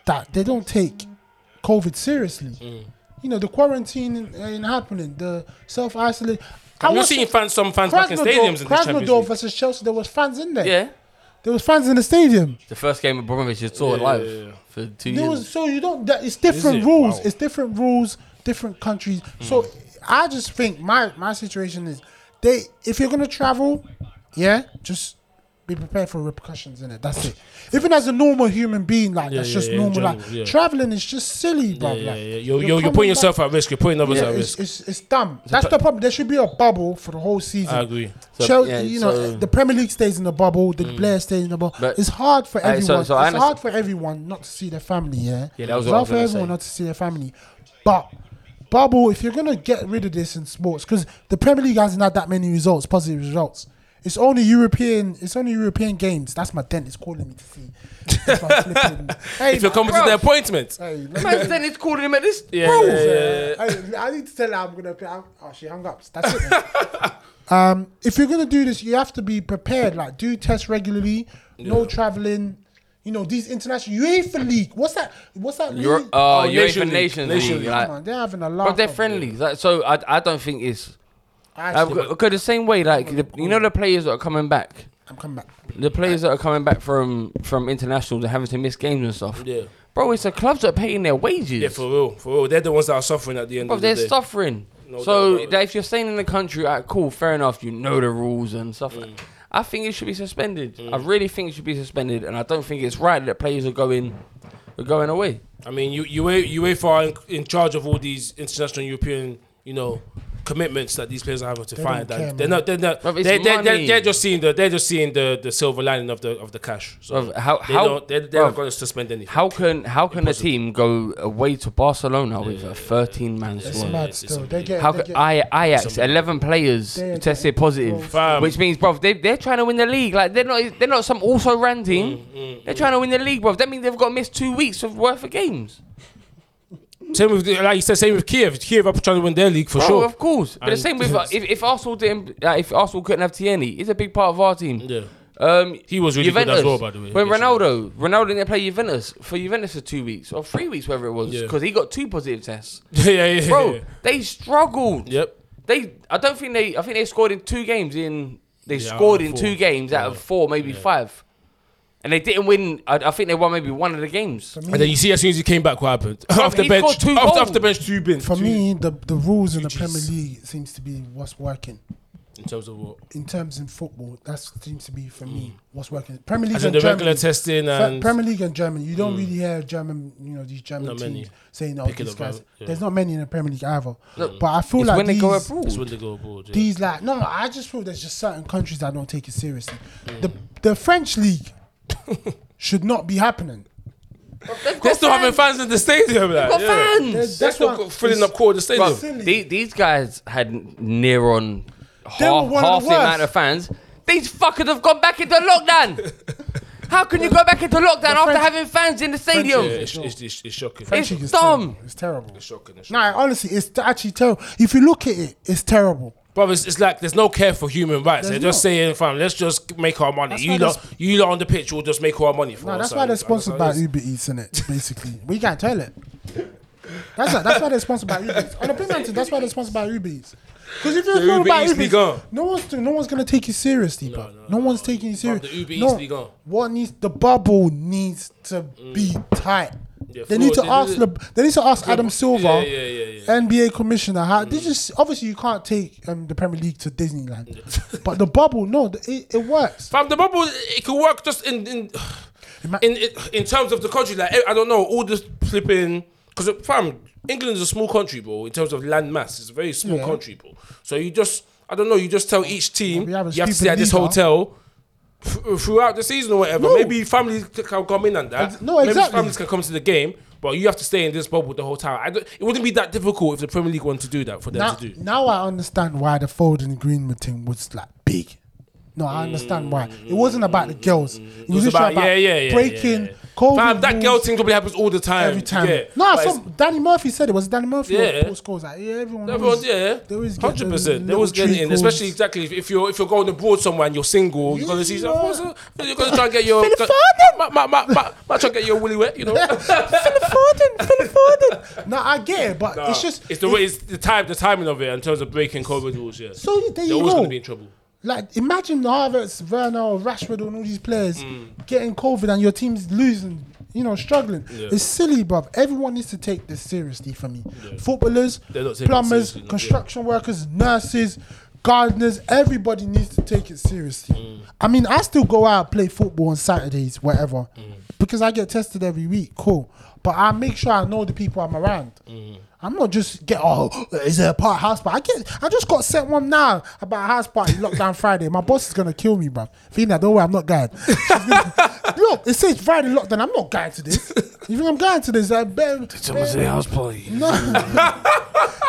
[SPEAKER 3] that they don't take COVID seriously.
[SPEAKER 1] Mm.
[SPEAKER 3] You know, the quarantine ain't happening, the self isolate. I
[SPEAKER 1] I'm not
[SPEAKER 3] was
[SPEAKER 1] seeing fans, some fans back in stadiums in the Champions
[SPEAKER 3] Krasnodar
[SPEAKER 1] League.
[SPEAKER 3] versus Chelsea, there was fans in there.
[SPEAKER 2] Yeah.
[SPEAKER 3] There was fans in the stadium.
[SPEAKER 2] The first game of Bromovich is tour
[SPEAKER 1] Yeah,
[SPEAKER 2] live
[SPEAKER 1] yeah, yeah.
[SPEAKER 2] for two
[SPEAKER 3] There
[SPEAKER 2] years.
[SPEAKER 3] was so you don't. That, it's different
[SPEAKER 1] it?
[SPEAKER 3] rules.
[SPEAKER 1] Wow.
[SPEAKER 3] It's different rules. Different countries.
[SPEAKER 1] Hmm.
[SPEAKER 3] So I just think my my situation is they. If you're gonna travel, yeah, just be prepared for repercussions in it. That's it. Even as a normal human being, like that's
[SPEAKER 1] yeah,
[SPEAKER 3] just
[SPEAKER 1] yeah, in
[SPEAKER 3] normal.
[SPEAKER 1] general,
[SPEAKER 3] like
[SPEAKER 1] yeah.
[SPEAKER 3] traveling is just silly, bro.
[SPEAKER 1] Yeah, yeah,
[SPEAKER 3] like,
[SPEAKER 1] yeah. You're, you're, you're
[SPEAKER 3] coming
[SPEAKER 1] putting
[SPEAKER 3] back-
[SPEAKER 1] yourself at risk. You're putting others
[SPEAKER 3] Yeah,
[SPEAKER 1] at risk.
[SPEAKER 3] it's, it's, it's dumb. That's the problem. There should be a bubble for the whole season.
[SPEAKER 1] I agree.
[SPEAKER 2] So,
[SPEAKER 3] Chelsea,
[SPEAKER 2] yeah,
[SPEAKER 3] you know,
[SPEAKER 2] so- Mm.
[SPEAKER 3] the Premier League stays in the bubble. The player stays in the bubble.
[SPEAKER 2] But-
[SPEAKER 3] it's hard for
[SPEAKER 2] Alright,
[SPEAKER 3] everyone.
[SPEAKER 2] so- so I
[SPEAKER 3] it's hard for everyone not to see their family. Yeah,
[SPEAKER 2] Yeah, that was
[SPEAKER 3] it's
[SPEAKER 2] what I
[SPEAKER 3] hard
[SPEAKER 2] was
[SPEAKER 3] for
[SPEAKER 2] gonna
[SPEAKER 3] everyone
[SPEAKER 2] say.
[SPEAKER 3] not to see their family. But bubble, if you're gonna get rid of this in sports, because the Premier League hasn't had that many results, positive results. It's only European. It's only European games. That's my dentist calling me to see. That's my flipping- hey,
[SPEAKER 1] If you're coming to
[SPEAKER 2] bro.
[SPEAKER 1] the appointment,
[SPEAKER 3] hey,
[SPEAKER 2] Man, then it's calling him at this.
[SPEAKER 1] yeah,
[SPEAKER 2] Bro.
[SPEAKER 1] yeah, yeah, yeah.
[SPEAKER 3] I, I need to tell her I'm gonna play. I'm, oh, she hung up. That's it. um, if you're gonna do this, you have to be prepared. Like, do tests regularly. No traveling. You know these international UEFA league. What's that? What's that?
[SPEAKER 2] You're,
[SPEAKER 3] league?
[SPEAKER 2] uh,
[SPEAKER 1] Oh,
[SPEAKER 2] you're
[SPEAKER 1] Nation
[SPEAKER 2] even
[SPEAKER 1] League.
[SPEAKER 2] Nations
[SPEAKER 1] Nation
[SPEAKER 2] League,
[SPEAKER 1] League.
[SPEAKER 2] like-
[SPEAKER 3] Come on, they're having a
[SPEAKER 2] But
[SPEAKER 3] laugh.
[SPEAKER 2] they're
[SPEAKER 3] of-
[SPEAKER 2] friendlies. Like, so I, I don't think it's.
[SPEAKER 3] Actually,
[SPEAKER 2] Because the same way, like, the, you know, the players that are coming back,
[SPEAKER 3] I'm coming back.
[SPEAKER 2] the players that are coming back from from internationals and having to miss games and stuff.
[SPEAKER 1] Yeah.
[SPEAKER 2] Bro, it's the clubs that are paying their wages.
[SPEAKER 1] Yeah, for real, for real. They're the ones that are suffering at the end
[SPEAKER 2] Bro,
[SPEAKER 1] of the
[SPEAKER 2] they're
[SPEAKER 1] day.
[SPEAKER 2] suffering.
[SPEAKER 1] No doubt
[SPEAKER 2] so
[SPEAKER 1] about it.
[SPEAKER 2] that if you're staying in the country, all right, cool, fair enough. You know the rules and stuff.
[SPEAKER 1] Mm.
[SPEAKER 2] I think it should be suspended. I really think it should be suspended, and I don't think it's right that players are going are going away.
[SPEAKER 1] I mean, you you UEFA are in, in charge of all these international European, you know, commitments that these players are having to
[SPEAKER 3] They
[SPEAKER 1] find.
[SPEAKER 3] don't care,
[SPEAKER 1] and they're
[SPEAKER 3] man.
[SPEAKER 1] not. They're not.
[SPEAKER 2] Bruv,
[SPEAKER 1] They,
[SPEAKER 2] it's
[SPEAKER 1] they, they're,
[SPEAKER 2] money.
[SPEAKER 1] they're just seeing the. They're just seeing the, the silver lining of the of the cash. So
[SPEAKER 2] Bruv, how-
[SPEAKER 1] they
[SPEAKER 2] how-
[SPEAKER 1] don't, they're, they're not
[SPEAKER 2] bruv.
[SPEAKER 1] going to suspend anything.
[SPEAKER 2] How can how can a team go away to Barcelona with a 13 man
[SPEAKER 3] It's
[SPEAKER 2] squad?
[SPEAKER 3] mad
[SPEAKER 1] it's
[SPEAKER 3] still. They
[SPEAKER 1] unbelievable.
[SPEAKER 3] get.
[SPEAKER 2] How
[SPEAKER 3] they
[SPEAKER 2] could
[SPEAKER 3] get
[SPEAKER 2] I, Ajax, eleven players
[SPEAKER 3] They ain't
[SPEAKER 2] tested
[SPEAKER 3] getting-
[SPEAKER 2] positive,
[SPEAKER 1] Fam.
[SPEAKER 2] which means, bro, they they're trying to win the league. Like they're not they're not some also
[SPEAKER 1] Mm,
[SPEAKER 2] ran team. they're trying to win the league, bro. That means they've got to miss two weeks of worth of games.
[SPEAKER 1] Same with like you said. Same with Kiev. Kiev are trying to win their league for
[SPEAKER 2] Bro,
[SPEAKER 1] sure.
[SPEAKER 2] of course. But the
[SPEAKER 1] And-
[SPEAKER 2] same with uh, if, if Arsenal didn't, uh, if Arsenal couldn't have Tierney, he's a big part of our team.
[SPEAKER 1] Yeah.
[SPEAKER 2] Um,
[SPEAKER 1] He was really good as
[SPEAKER 2] Juventus.
[SPEAKER 1] well, by the way.
[SPEAKER 2] When
[SPEAKER 1] Yes, he
[SPEAKER 2] Ronaldo, Ronaldo didn't play Juventus for Juventus for two weeks or three weeks, whatever it was,
[SPEAKER 1] Yeah.
[SPEAKER 2] because he got two positive tests.
[SPEAKER 1] yeah, yeah, yeah.
[SPEAKER 2] Bro,
[SPEAKER 1] yeah.
[SPEAKER 2] they struggled.
[SPEAKER 1] Yep.
[SPEAKER 2] They, I don't think they. I think they scored in two games. In they
[SPEAKER 1] Yeah,
[SPEAKER 2] scored
[SPEAKER 1] out of
[SPEAKER 2] in
[SPEAKER 1] four.
[SPEAKER 2] two games out of four, maybe five, and they didn't win. I, I think they won maybe one of the games.
[SPEAKER 1] And then you see as soon as he came back, what happened? off the
[SPEAKER 2] he
[SPEAKER 1] bench,
[SPEAKER 2] scored two
[SPEAKER 1] off,
[SPEAKER 2] goals.
[SPEAKER 1] off the bench, two bins.
[SPEAKER 3] For
[SPEAKER 1] two,
[SPEAKER 3] me, the the rules in the
[SPEAKER 1] Jeez.
[SPEAKER 3] Premier League seems to be what's working
[SPEAKER 1] in terms of what?
[SPEAKER 3] in terms in football. That seems to be for me what's working. Premier
[SPEAKER 1] Hmm.
[SPEAKER 3] League
[SPEAKER 1] As in
[SPEAKER 3] and
[SPEAKER 1] the regular
[SPEAKER 3] Germany.
[SPEAKER 1] testing
[SPEAKER 3] Fe-
[SPEAKER 1] and Hmm.
[SPEAKER 3] Premier League and German, you don't really hear German, you know, these German
[SPEAKER 1] Not
[SPEAKER 3] teams
[SPEAKER 1] many.
[SPEAKER 3] saying, "Oh,
[SPEAKER 1] Pick it
[SPEAKER 3] these
[SPEAKER 1] up,
[SPEAKER 3] guys."
[SPEAKER 1] yeah.
[SPEAKER 3] There's not many in the Premier League either. But I feel
[SPEAKER 2] It's
[SPEAKER 3] like
[SPEAKER 2] when
[SPEAKER 3] these,
[SPEAKER 2] they go abroad.
[SPEAKER 1] that's when they go abroad. Yeah.
[SPEAKER 3] these like no, no, I just feel there's just certain countries that don't take it seriously.
[SPEAKER 1] Hmm.
[SPEAKER 3] The the French league should not be happening.
[SPEAKER 2] They've
[SPEAKER 1] They're
[SPEAKER 2] got
[SPEAKER 1] still having fans in the stadium. Like,
[SPEAKER 2] Got
[SPEAKER 1] yeah.
[SPEAKER 2] fans.
[SPEAKER 3] There's-
[SPEAKER 1] That's
[SPEAKER 3] That's
[SPEAKER 1] still
[SPEAKER 3] why-
[SPEAKER 1] filling up quarter the stadium.
[SPEAKER 2] Bruv, the- these guys had near on
[SPEAKER 3] They were
[SPEAKER 2] half,
[SPEAKER 3] one of
[SPEAKER 2] half
[SPEAKER 3] the
[SPEAKER 2] the, amount
[SPEAKER 3] worst.
[SPEAKER 2] of fans. These fuckers have gone back into lockdown. How can you go back into lockdown after
[SPEAKER 3] French-
[SPEAKER 2] having fans in the
[SPEAKER 1] Yeah,
[SPEAKER 2] stadium?
[SPEAKER 1] it's, it's, it's, it's shocking.
[SPEAKER 3] French
[SPEAKER 1] It's
[SPEAKER 3] league is
[SPEAKER 2] dumb.
[SPEAKER 3] terrible. It's terrible.
[SPEAKER 1] shocking. It's
[SPEAKER 3] No,
[SPEAKER 1] shocking.
[SPEAKER 3] honestly, it's t- actually terrible. If you look at it, it's terrible.
[SPEAKER 1] Bro, it's, it's like there's no care for human rights.
[SPEAKER 3] There's
[SPEAKER 1] They're just
[SPEAKER 3] not.
[SPEAKER 1] saying, fam, let's just make our money.
[SPEAKER 3] That's
[SPEAKER 1] you
[SPEAKER 3] why
[SPEAKER 1] lot,
[SPEAKER 3] there's-
[SPEAKER 1] you lot on the pitch will just make our money for
[SPEAKER 3] No,
[SPEAKER 1] us.
[SPEAKER 3] that's
[SPEAKER 1] Like,
[SPEAKER 3] why they're
[SPEAKER 1] that's
[SPEAKER 3] sponsored
[SPEAKER 1] how it
[SPEAKER 3] by
[SPEAKER 1] is.
[SPEAKER 3] Uber Eats in it, basically. we can't tell it. That's not, that's why they're sponsored by Uber Eats. On the payment, that's why they're sponsored by Uber Eats. Because if you're
[SPEAKER 1] The Uber
[SPEAKER 3] sponsored by
[SPEAKER 1] Eats
[SPEAKER 3] Uber
[SPEAKER 1] be
[SPEAKER 3] Eats,
[SPEAKER 1] gone.
[SPEAKER 3] no one's no one's gonna take you seriously, bro. No, one's taking you
[SPEAKER 1] Bruv,
[SPEAKER 3] seriously.
[SPEAKER 1] the Uber
[SPEAKER 3] no,
[SPEAKER 1] Eats be gone. Mm.
[SPEAKER 3] What needs the bubble needs to be tight.
[SPEAKER 1] Yeah,
[SPEAKER 3] they need
[SPEAKER 1] for-
[SPEAKER 3] to
[SPEAKER 1] they
[SPEAKER 3] ask
[SPEAKER 1] need
[SPEAKER 3] the, they need to ask Adam Silver,
[SPEAKER 1] Yeah, yeah, yeah, yeah. Mm.
[SPEAKER 3] NBA commissioner. How this is obviously you can't take um, the Premier League to Disneyland, but the bubble, no, the- it, it works.
[SPEAKER 1] Fam, the bubble it could work just in in
[SPEAKER 3] Ima-
[SPEAKER 1] in in terms of the country. Like eh, I don't know all the flipping because fam, England is a small country, bro. In terms of land mass, it's a very small
[SPEAKER 3] Yeah.
[SPEAKER 1] country, bro. So you just I don't know. You just tell each team
[SPEAKER 3] We
[SPEAKER 1] you
[SPEAKER 3] have a
[SPEAKER 1] have to
[SPEAKER 3] stupid
[SPEAKER 1] stay at this
[SPEAKER 3] leader.
[SPEAKER 1] hotel. th- Throughout the season or whatever,
[SPEAKER 3] No.
[SPEAKER 1] maybe families c- can come in and that.
[SPEAKER 3] Ex- no,
[SPEAKER 1] Maybe
[SPEAKER 3] exactly.
[SPEAKER 1] families can come to the game, but you have to stay in this bubble the whole time. I don't, it wouldn't be that difficult if the Premier League wanted to do that for them
[SPEAKER 3] now,
[SPEAKER 1] to do.
[SPEAKER 3] now I understand why the Foden Greenwood thing was like big. No, I understand why. It wasn't about the girls. It was,
[SPEAKER 1] Mm-hmm. was
[SPEAKER 3] just
[SPEAKER 1] about-
[SPEAKER 3] about,
[SPEAKER 1] yeah, yeah, yeah,
[SPEAKER 3] breaking
[SPEAKER 1] yeah, yeah.
[SPEAKER 3] Covid
[SPEAKER 1] Fam, that
[SPEAKER 3] rules
[SPEAKER 1] girl thing probably happens all the time.
[SPEAKER 3] every time.
[SPEAKER 1] Yeah.
[SPEAKER 3] No,
[SPEAKER 1] But
[SPEAKER 3] some, Danny Murphy said it was Danny Murphy.
[SPEAKER 1] Yeah.
[SPEAKER 3] Yeah, scores like yeah, everyone.
[SPEAKER 1] Everyone,
[SPEAKER 3] was-
[SPEAKER 1] yeah,
[SPEAKER 3] they always get
[SPEAKER 1] hundred percent.
[SPEAKER 3] those
[SPEAKER 1] They always
[SPEAKER 3] little
[SPEAKER 1] get it in,
[SPEAKER 3] treacles.
[SPEAKER 1] especially exactly if, if you're if you're going abroad somewhere and you're single, you're gonna see.
[SPEAKER 3] Yeah.
[SPEAKER 1] Oh, what's up? You're gonna try and get your.
[SPEAKER 3] Phil
[SPEAKER 1] go-
[SPEAKER 3] Foden.
[SPEAKER 1] might, might, might, might, might try and get your willy wet, you know.
[SPEAKER 3] Phil Foden, Phil Foden. No, I get it, but it's just
[SPEAKER 1] it's the way it's the time the timing of it in terms of breaking COVID rules. Yeah,
[SPEAKER 3] So you- there
[SPEAKER 1] they're
[SPEAKER 3] you
[SPEAKER 1] always
[SPEAKER 3] go.
[SPEAKER 1] gonna be in trouble.
[SPEAKER 3] Like imagine Havertz, Werner, or Rashford, and all these players
[SPEAKER 1] Mm.
[SPEAKER 3] getting COVID, and your team's losing. You know, struggling.
[SPEAKER 1] Yeah.
[SPEAKER 3] It's silly, bruv. Everyone needs to take this seriously for me. Footballers,
[SPEAKER 1] They're not taking it
[SPEAKER 3] plumbers,
[SPEAKER 1] seriously, no,
[SPEAKER 3] construction workers, nurses, gardeners. Everybody needs to take it seriously. I mean, I still go out play football on Saturdays, whatever, because I get tested every week. Cool, but I make sure I know the people I'm around. I'm not just get oh is there a part house party? I get I just got sent one now about a house party lockdown Friday. My boss is gonna kill me, bruv. Fina, don't worry, I'm not going. Look, it says Friday lockdown. I'm not going to this. You think I'm going to this? Uh, I better,
[SPEAKER 2] Someone say house party.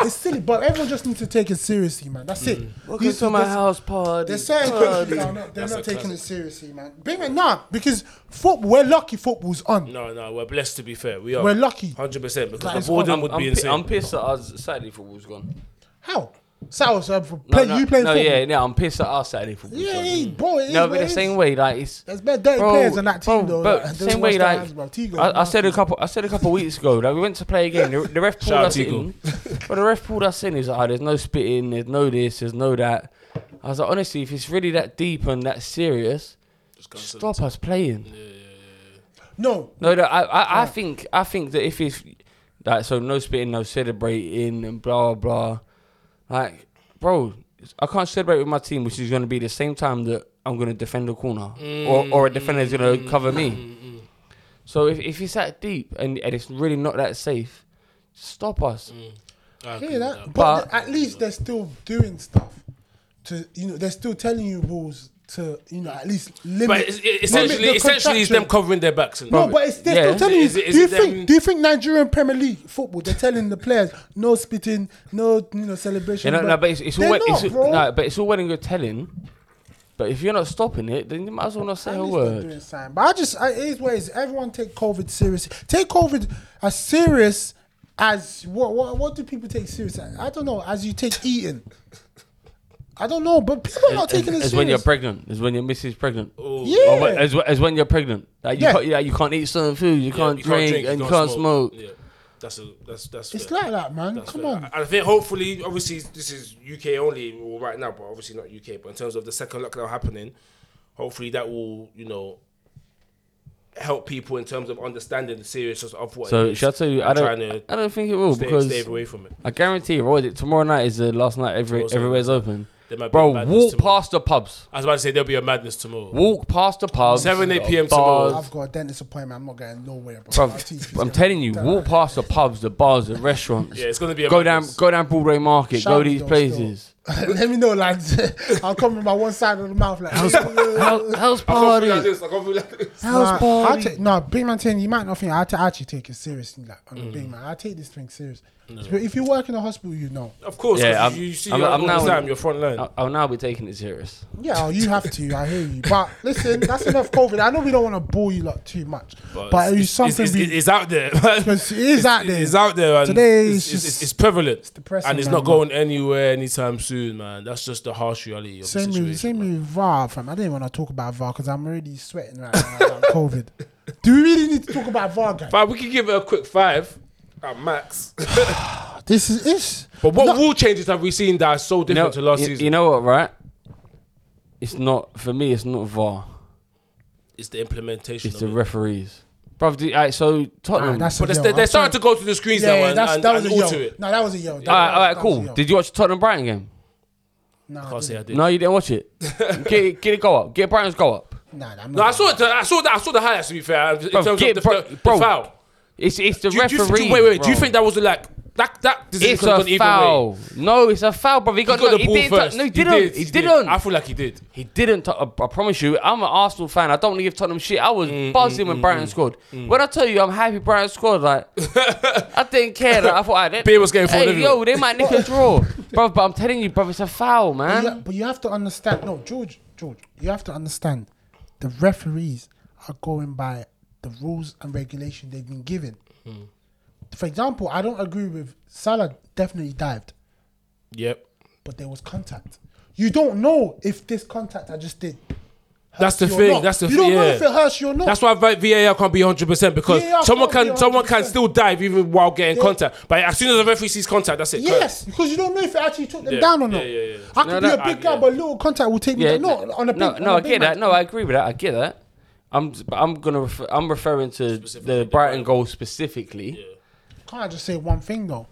[SPEAKER 3] it's silly, but everyone just needs to take it seriously, man. That's it.
[SPEAKER 2] Mm. Welcome
[SPEAKER 3] These-
[SPEAKER 2] to my
[SPEAKER 3] there's-
[SPEAKER 2] house party.
[SPEAKER 3] There's certain countries that are not, they're
[SPEAKER 1] That's
[SPEAKER 3] not
[SPEAKER 1] a
[SPEAKER 3] taking
[SPEAKER 1] classic.
[SPEAKER 3] it seriously, man. Big man, nah, because football, we're lucky football's on.
[SPEAKER 1] No, no, we're blessed to be fair. We are.
[SPEAKER 3] We're lucky.
[SPEAKER 1] hundred percent because
[SPEAKER 3] That is
[SPEAKER 1] the boredom
[SPEAKER 2] I'm,
[SPEAKER 1] would
[SPEAKER 2] I'm
[SPEAKER 1] be
[SPEAKER 2] pi-
[SPEAKER 1] insane.
[SPEAKER 2] I'm pissed that our Saturday football's gone.
[SPEAKER 3] How? So, so for
[SPEAKER 2] No,
[SPEAKER 3] play,
[SPEAKER 2] no,
[SPEAKER 3] you playing
[SPEAKER 2] no,
[SPEAKER 3] football?
[SPEAKER 2] yeah, no, I'm pissed at our Saturday football.
[SPEAKER 3] Yeah,
[SPEAKER 2] son.
[SPEAKER 3] yeah, bro, it is
[SPEAKER 2] no,
[SPEAKER 3] what
[SPEAKER 2] but the
[SPEAKER 3] it
[SPEAKER 2] same
[SPEAKER 3] is.
[SPEAKER 2] way, like it's
[SPEAKER 3] There's better dirty players on that team, though.
[SPEAKER 2] But
[SPEAKER 3] Like, those
[SPEAKER 2] same way,
[SPEAKER 3] West Ham
[SPEAKER 2] like
[SPEAKER 3] hands, bro. Tigo,
[SPEAKER 2] I, I
[SPEAKER 3] man.
[SPEAKER 2] said a couple, I said a couple weeks ago that we went to play a game. The, the ref pulled
[SPEAKER 1] Shout out
[SPEAKER 2] us in, but the ref pulled us in. He's like, oh, "There's no spitting. There's no this. There's no that." I was like, honestly, if it's really that deep and that serious, stop us playing.
[SPEAKER 3] no,
[SPEAKER 2] No, no, I, I, I think, I think that if it's like so, no spitting, no celebrating, and blah blah. Like, bro, I can't celebrate with my team, which is going to be the same time that I'm going to defend the corner, or or a defender is going
[SPEAKER 3] Mm.
[SPEAKER 2] to cover me. So if if it's that deep and, and it's really not that safe, stop us.
[SPEAKER 3] Mm.
[SPEAKER 1] I agree
[SPEAKER 3] hear
[SPEAKER 1] with
[SPEAKER 3] that. But,
[SPEAKER 2] But-
[SPEAKER 3] at least they're still doing stuff. To you know, they're still telling you rules to you know at least limit.
[SPEAKER 1] But it's, it, essentially,
[SPEAKER 3] limit the
[SPEAKER 1] essentially, it's
[SPEAKER 3] contraction.
[SPEAKER 1] them covering their backs. And
[SPEAKER 3] No, but it's, they're
[SPEAKER 2] Yeah.
[SPEAKER 3] still telling you.
[SPEAKER 1] Is it- is
[SPEAKER 3] do you
[SPEAKER 1] it
[SPEAKER 3] think?
[SPEAKER 1] them-
[SPEAKER 3] Do you think Nigerian Premier League football? They're telling the players no spitting, no you know
[SPEAKER 2] You
[SPEAKER 3] celebration.
[SPEAKER 2] know, no, but it's, it's all
[SPEAKER 3] they're
[SPEAKER 2] well,
[SPEAKER 3] not,
[SPEAKER 2] it's,
[SPEAKER 3] bro.
[SPEAKER 2] no, but it's all well and good telling. But if you're not stopping it, then you might as well not say
[SPEAKER 3] At
[SPEAKER 2] a
[SPEAKER 3] least they're
[SPEAKER 2] word.
[SPEAKER 3] doing something. But I just, I, it is what it is. Everyone take COVID seriously. Take COVID as serious as what? What, what do people take serious? I don't know. As you take eating. I don't know, but people are not
[SPEAKER 2] As,
[SPEAKER 3] taking it
[SPEAKER 2] as
[SPEAKER 3] serious.
[SPEAKER 2] when you're pregnant, as when your missus is pregnant.
[SPEAKER 3] yeah.
[SPEAKER 2] Or when, as, as when you're pregnant, like you,
[SPEAKER 3] Yeah.
[SPEAKER 2] can't, yeah, you can't eat certain food, you, can't, drink, and you can't smoke.
[SPEAKER 1] Yeah, that's a that's that's.
[SPEAKER 3] It's
[SPEAKER 1] fair.
[SPEAKER 3] like that, man.
[SPEAKER 1] That's
[SPEAKER 3] Come
[SPEAKER 1] fair.
[SPEAKER 3] on.
[SPEAKER 1] And I think hopefully, obviously, this is UK only well, right now, but obviously not UK. But in terms of the second lockdown happening, hopefully that will, you know, help people in terms of understanding the seriousness of what. it
[SPEAKER 2] So
[SPEAKER 1] is
[SPEAKER 2] should I tell you? I
[SPEAKER 1] and
[SPEAKER 2] don't.
[SPEAKER 1] trying to
[SPEAKER 2] I don't think it will
[SPEAKER 1] stay,
[SPEAKER 2] because
[SPEAKER 1] stay away from it.
[SPEAKER 2] I guarantee. you, What is it? Tomorrow night is the last night. Every
[SPEAKER 1] Tomorrow's
[SPEAKER 2] everywhere's open.
[SPEAKER 1] There might be
[SPEAKER 2] Bro,
[SPEAKER 1] madness
[SPEAKER 2] walk
[SPEAKER 1] tomorrow.
[SPEAKER 2] past the pubs.
[SPEAKER 1] I was about to say there'll be a madness tomorrow.
[SPEAKER 2] Walk past the pubs.
[SPEAKER 1] 7, 8 p.m.
[SPEAKER 2] bars.
[SPEAKER 1] tomorrow.
[SPEAKER 3] I've got a dentist appointment. I'm not going nowhere, bro.
[SPEAKER 2] Bro,
[SPEAKER 3] My teeth is
[SPEAKER 2] I'm
[SPEAKER 3] gonna-
[SPEAKER 2] telling you, walk past the pubs, the bars, the restaurants.
[SPEAKER 1] Yeah, it's gonna be a
[SPEAKER 2] go down,
[SPEAKER 1] madness.
[SPEAKER 2] go down Broadway Market,
[SPEAKER 3] Shout
[SPEAKER 2] go
[SPEAKER 3] me
[SPEAKER 2] these
[SPEAKER 3] though,
[SPEAKER 2] places.
[SPEAKER 3] Let me know, lads. I'll come with my one side of the mouth, like.
[SPEAKER 2] House, house
[SPEAKER 1] I can't
[SPEAKER 2] party,
[SPEAKER 1] feel like this. I can't feel like this.
[SPEAKER 3] Nah,
[SPEAKER 2] house
[SPEAKER 3] I
[SPEAKER 2] party.
[SPEAKER 3] take, no, big man telling you, you might not think I, ta- I actually take it seriously. Like I'm a big man, I take this thing serious. But if you work in a hospital, you know.
[SPEAKER 1] Of course,
[SPEAKER 2] Yeah,
[SPEAKER 1] 'cause
[SPEAKER 2] I'm-
[SPEAKER 1] you, you see,
[SPEAKER 2] I'm-
[SPEAKER 1] I'm,
[SPEAKER 2] I'm
[SPEAKER 1] all
[SPEAKER 2] now-
[SPEAKER 1] the time. You're front line.
[SPEAKER 2] I- I'll Oh, now be taking it serious.
[SPEAKER 3] Yeah, oh, you have to. I hear you. But listen, that's enough COVID. I know we don't want to bore you lot too much, but, it's, something
[SPEAKER 1] it's,
[SPEAKER 3] we
[SPEAKER 1] it's, it's out there. man.
[SPEAKER 3] Because it is out there.
[SPEAKER 1] It's out there. And
[SPEAKER 3] Today is
[SPEAKER 1] it's, it's,
[SPEAKER 3] just-
[SPEAKER 1] it's, prevalent.
[SPEAKER 3] depressing,
[SPEAKER 1] and it's
[SPEAKER 3] man.
[SPEAKER 1] not going anywhere anytime soon, man. That's just the harsh reality of
[SPEAKER 3] same
[SPEAKER 1] the
[SPEAKER 3] with
[SPEAKER 1] situation.
[SPEAKER 3] same
[SPEAKER 1] man.
[SPEAKER 3] with VAR, fam. I didn't want to talk about VAR because I'm already sweating right now about COVID. Do we really need to talk about VAR, guys?
[SPEAKER 1] But we could give it a quick five at max.
[SPEAKER 3] This is it.
[SPEAKER 1] but what rule changes have we seen that are so different to last
[SPEAKER 2] you,
[SPEAKER 1] season?
[SPEAKER 2] you know what, right? It's not for me. It's not VAR.
[SPEAKER 1] it's the implementation.
[SPEAKER 2] It's
[SPEAKER 1] of
[SPEAKER 2] the
[SPEAKER 1] it.
[SPEAKER 2] referees, bro. Do, alright, so Tottenham.
[SPEAKER 3] Nah, that's
[SPEAKER 1] But
[SPEAKER 3] a
[SPEAKER 1] they're,
[SPEAKER 3] yell.
[SPEAKER 1] they're
[SPEAKER 3] I'm
[SPEAKER 1] starting to go to the screens
[SPEAKER 3] Yeah,
[SPEAKER 1] now
[SPEAKER 3] yeah,
[SPEAKER 1] and,
[SPEAKER 3] that's,
[SPEAKER 1] and,
[SPEAKER 3] that was
[SPEAKER 1] and
[SPEAKER 3] a
[SPEAKER 1] alter
[SPEAKER 3] yo.
[SPEAKER 1] it.
[SPEAKER 3] No, that was a yo. That-
[SPEAKER 2] all right, all right,
[SPEAKER 3] that was a
[SPEAKER 2] cool.
[SPEAKER 3] yo.
[SPEAKER 2] Did you watch Tottenham Brighton game?
[SPEAKER 3] Nah, I
[SPEAKER 1] Can't say I
[SPEAKER 3] didn't.
[SPEAKER 1] did.
[SPEAKER 2] No, you didn't watch it. get, get it go up. Get Brighton's go up.
[SPEAKER 3] Nah, I'm
[SPEAKER 1] No, I
[SPEAKER 3] not.
[SPEAKER 1] saw it. I saw that. I saw the highlights. To be fair, in terms
[SPEAKER 2] get
[SPEAKER 1] of the,
[SPEAKER 2] bro-
[SPEAKER 1] the, the
[SPEAKER 2] bro.
[SPEAKER 1] foul.
[SPEAKER 2] It's it's the
[SPEAKER 1] Do you- do you-
[SPEAKER 2] referee.
[SPEAKER 1] wait, wait. Do you
[SPEAKER 2] bro.
[SPEAKER 1] think that was like that? That decision
[SPEAKER 2] it's
[SPEAKER 1] could have gone
[SPEAKER 2] a
[SPEAKER 1] either way.
[SPEAKER 2] foul? No, it's a foul, bro. He got,
[SPEAKER 1] He got
[SPEAKER 2] no,
[SPEAKER 1] the ball
[SPEAKER 2] didn't
[SPEAKER 1] first.
[SPEAKER 2] Touch, no, he didn't. He,
[SPEAKER 1] did, did.
[SPEAKER 2] didn't.
[SPEAKER 1] I feel like he did.
[SPEAKER 2] He didn't. T- I I promise you, I'm an Arsenal fan. I don't want to give Tottenham shit. I was
[SPEAKER 1] Mm,
[SPEAKER 2] buzzing when Brighton scored. When I tell you, I'm happy Brighton scored. Like I didn't care. Like, I thought, I did.
[SPEAKER 1] Beer was getting forward
[SPEAKER 2] Hey,
[SPEAKER 1] everywhere.
[SPEAKER 2] yo, they might nick a draw, bro. But I'm telling you, bro, it's a foul,
[SPEAKER 3] But
[SPEAKER 2] man.
[SPEAKER 3] you, but you have to understand. No, George, George, you have to understand. The referees are going by the rules and regulation they've been given.
[SPEAKER 1] Hmm.
[SPEAKER 3] For example, I don't agree with Salah definitely dived,
[SPEAKER 1] Yep.
[SPEAKER 3] but there was contact. You don't know if this contact I just did.
[SPEAKER 1] That's
[SPEAKER 3] hurts
[SPEAKER 1] the
[SPEAKER 3] you or
[SPEAKER 1] thing,
[SPEAKER 3] not.
[SPEAKER 1] that's the
[SPEAKER 3] You don't
[SPEAKER 1] thing,
[SPEAKER 3] know
[SPEAKER 1] yeah.
[SPEAKER 3] if it hurts you or not.
[SPEAKER 1] That's why V- VAR can't be 100 percent because
[SPEAKER 3] VAR
[SPEAKER 1] someone
[SPEAKER 3] can't be
[SPEAKER 1] can someone can
[SPEAKER 3] 100%.
[SPEAKER 1] still dive even while getting
[SPEAKER 3] Yeah.
[SPEAKER 1] contact. But as soon as the referee sees contact, that's it.
[SPEAKER 3] Yes, because you don't know if it actually took them
[SPEAKER 1] Yeah,
[SPEAKER 3] down or
[SPEAKER 1] yeah,
[SPEAKER 3] not.
[SPEAKER 1] yeah, yeah.
[SPEAKER 3] I could
[SPEAKER 2] No,
[SPEAKER 3] be
[SPEAKER 2] that-
[SPEAKER 3] a big
[SPEAKER 2] I-
[SPEAKER 3] guy,
[SPEAKER 2] yeah.
[SPEAKER 3] but a little contact will take me. down. No,
[SPEAKER 2] n-
[SPEAKER 3] on a big.
[SPEAKER 2] no,
[SPEAKER 3] on
[SPEAKER 2] no,
[SPEAKER 3] a
[SPEAKER 2] I
[SPEAKER 3] big
[SPEAKER 2] get that.
[SPEAKER 3] match.
[SPEAKER 2] No, I agree with that. I get that. I'm, but I'm gonna, refer, I'm referring to
[SPEAKER 1] Specifically
[SPEAKER 2] the Brighton goal specifically.
[SPEAKER 3] Can't I just say one thing though?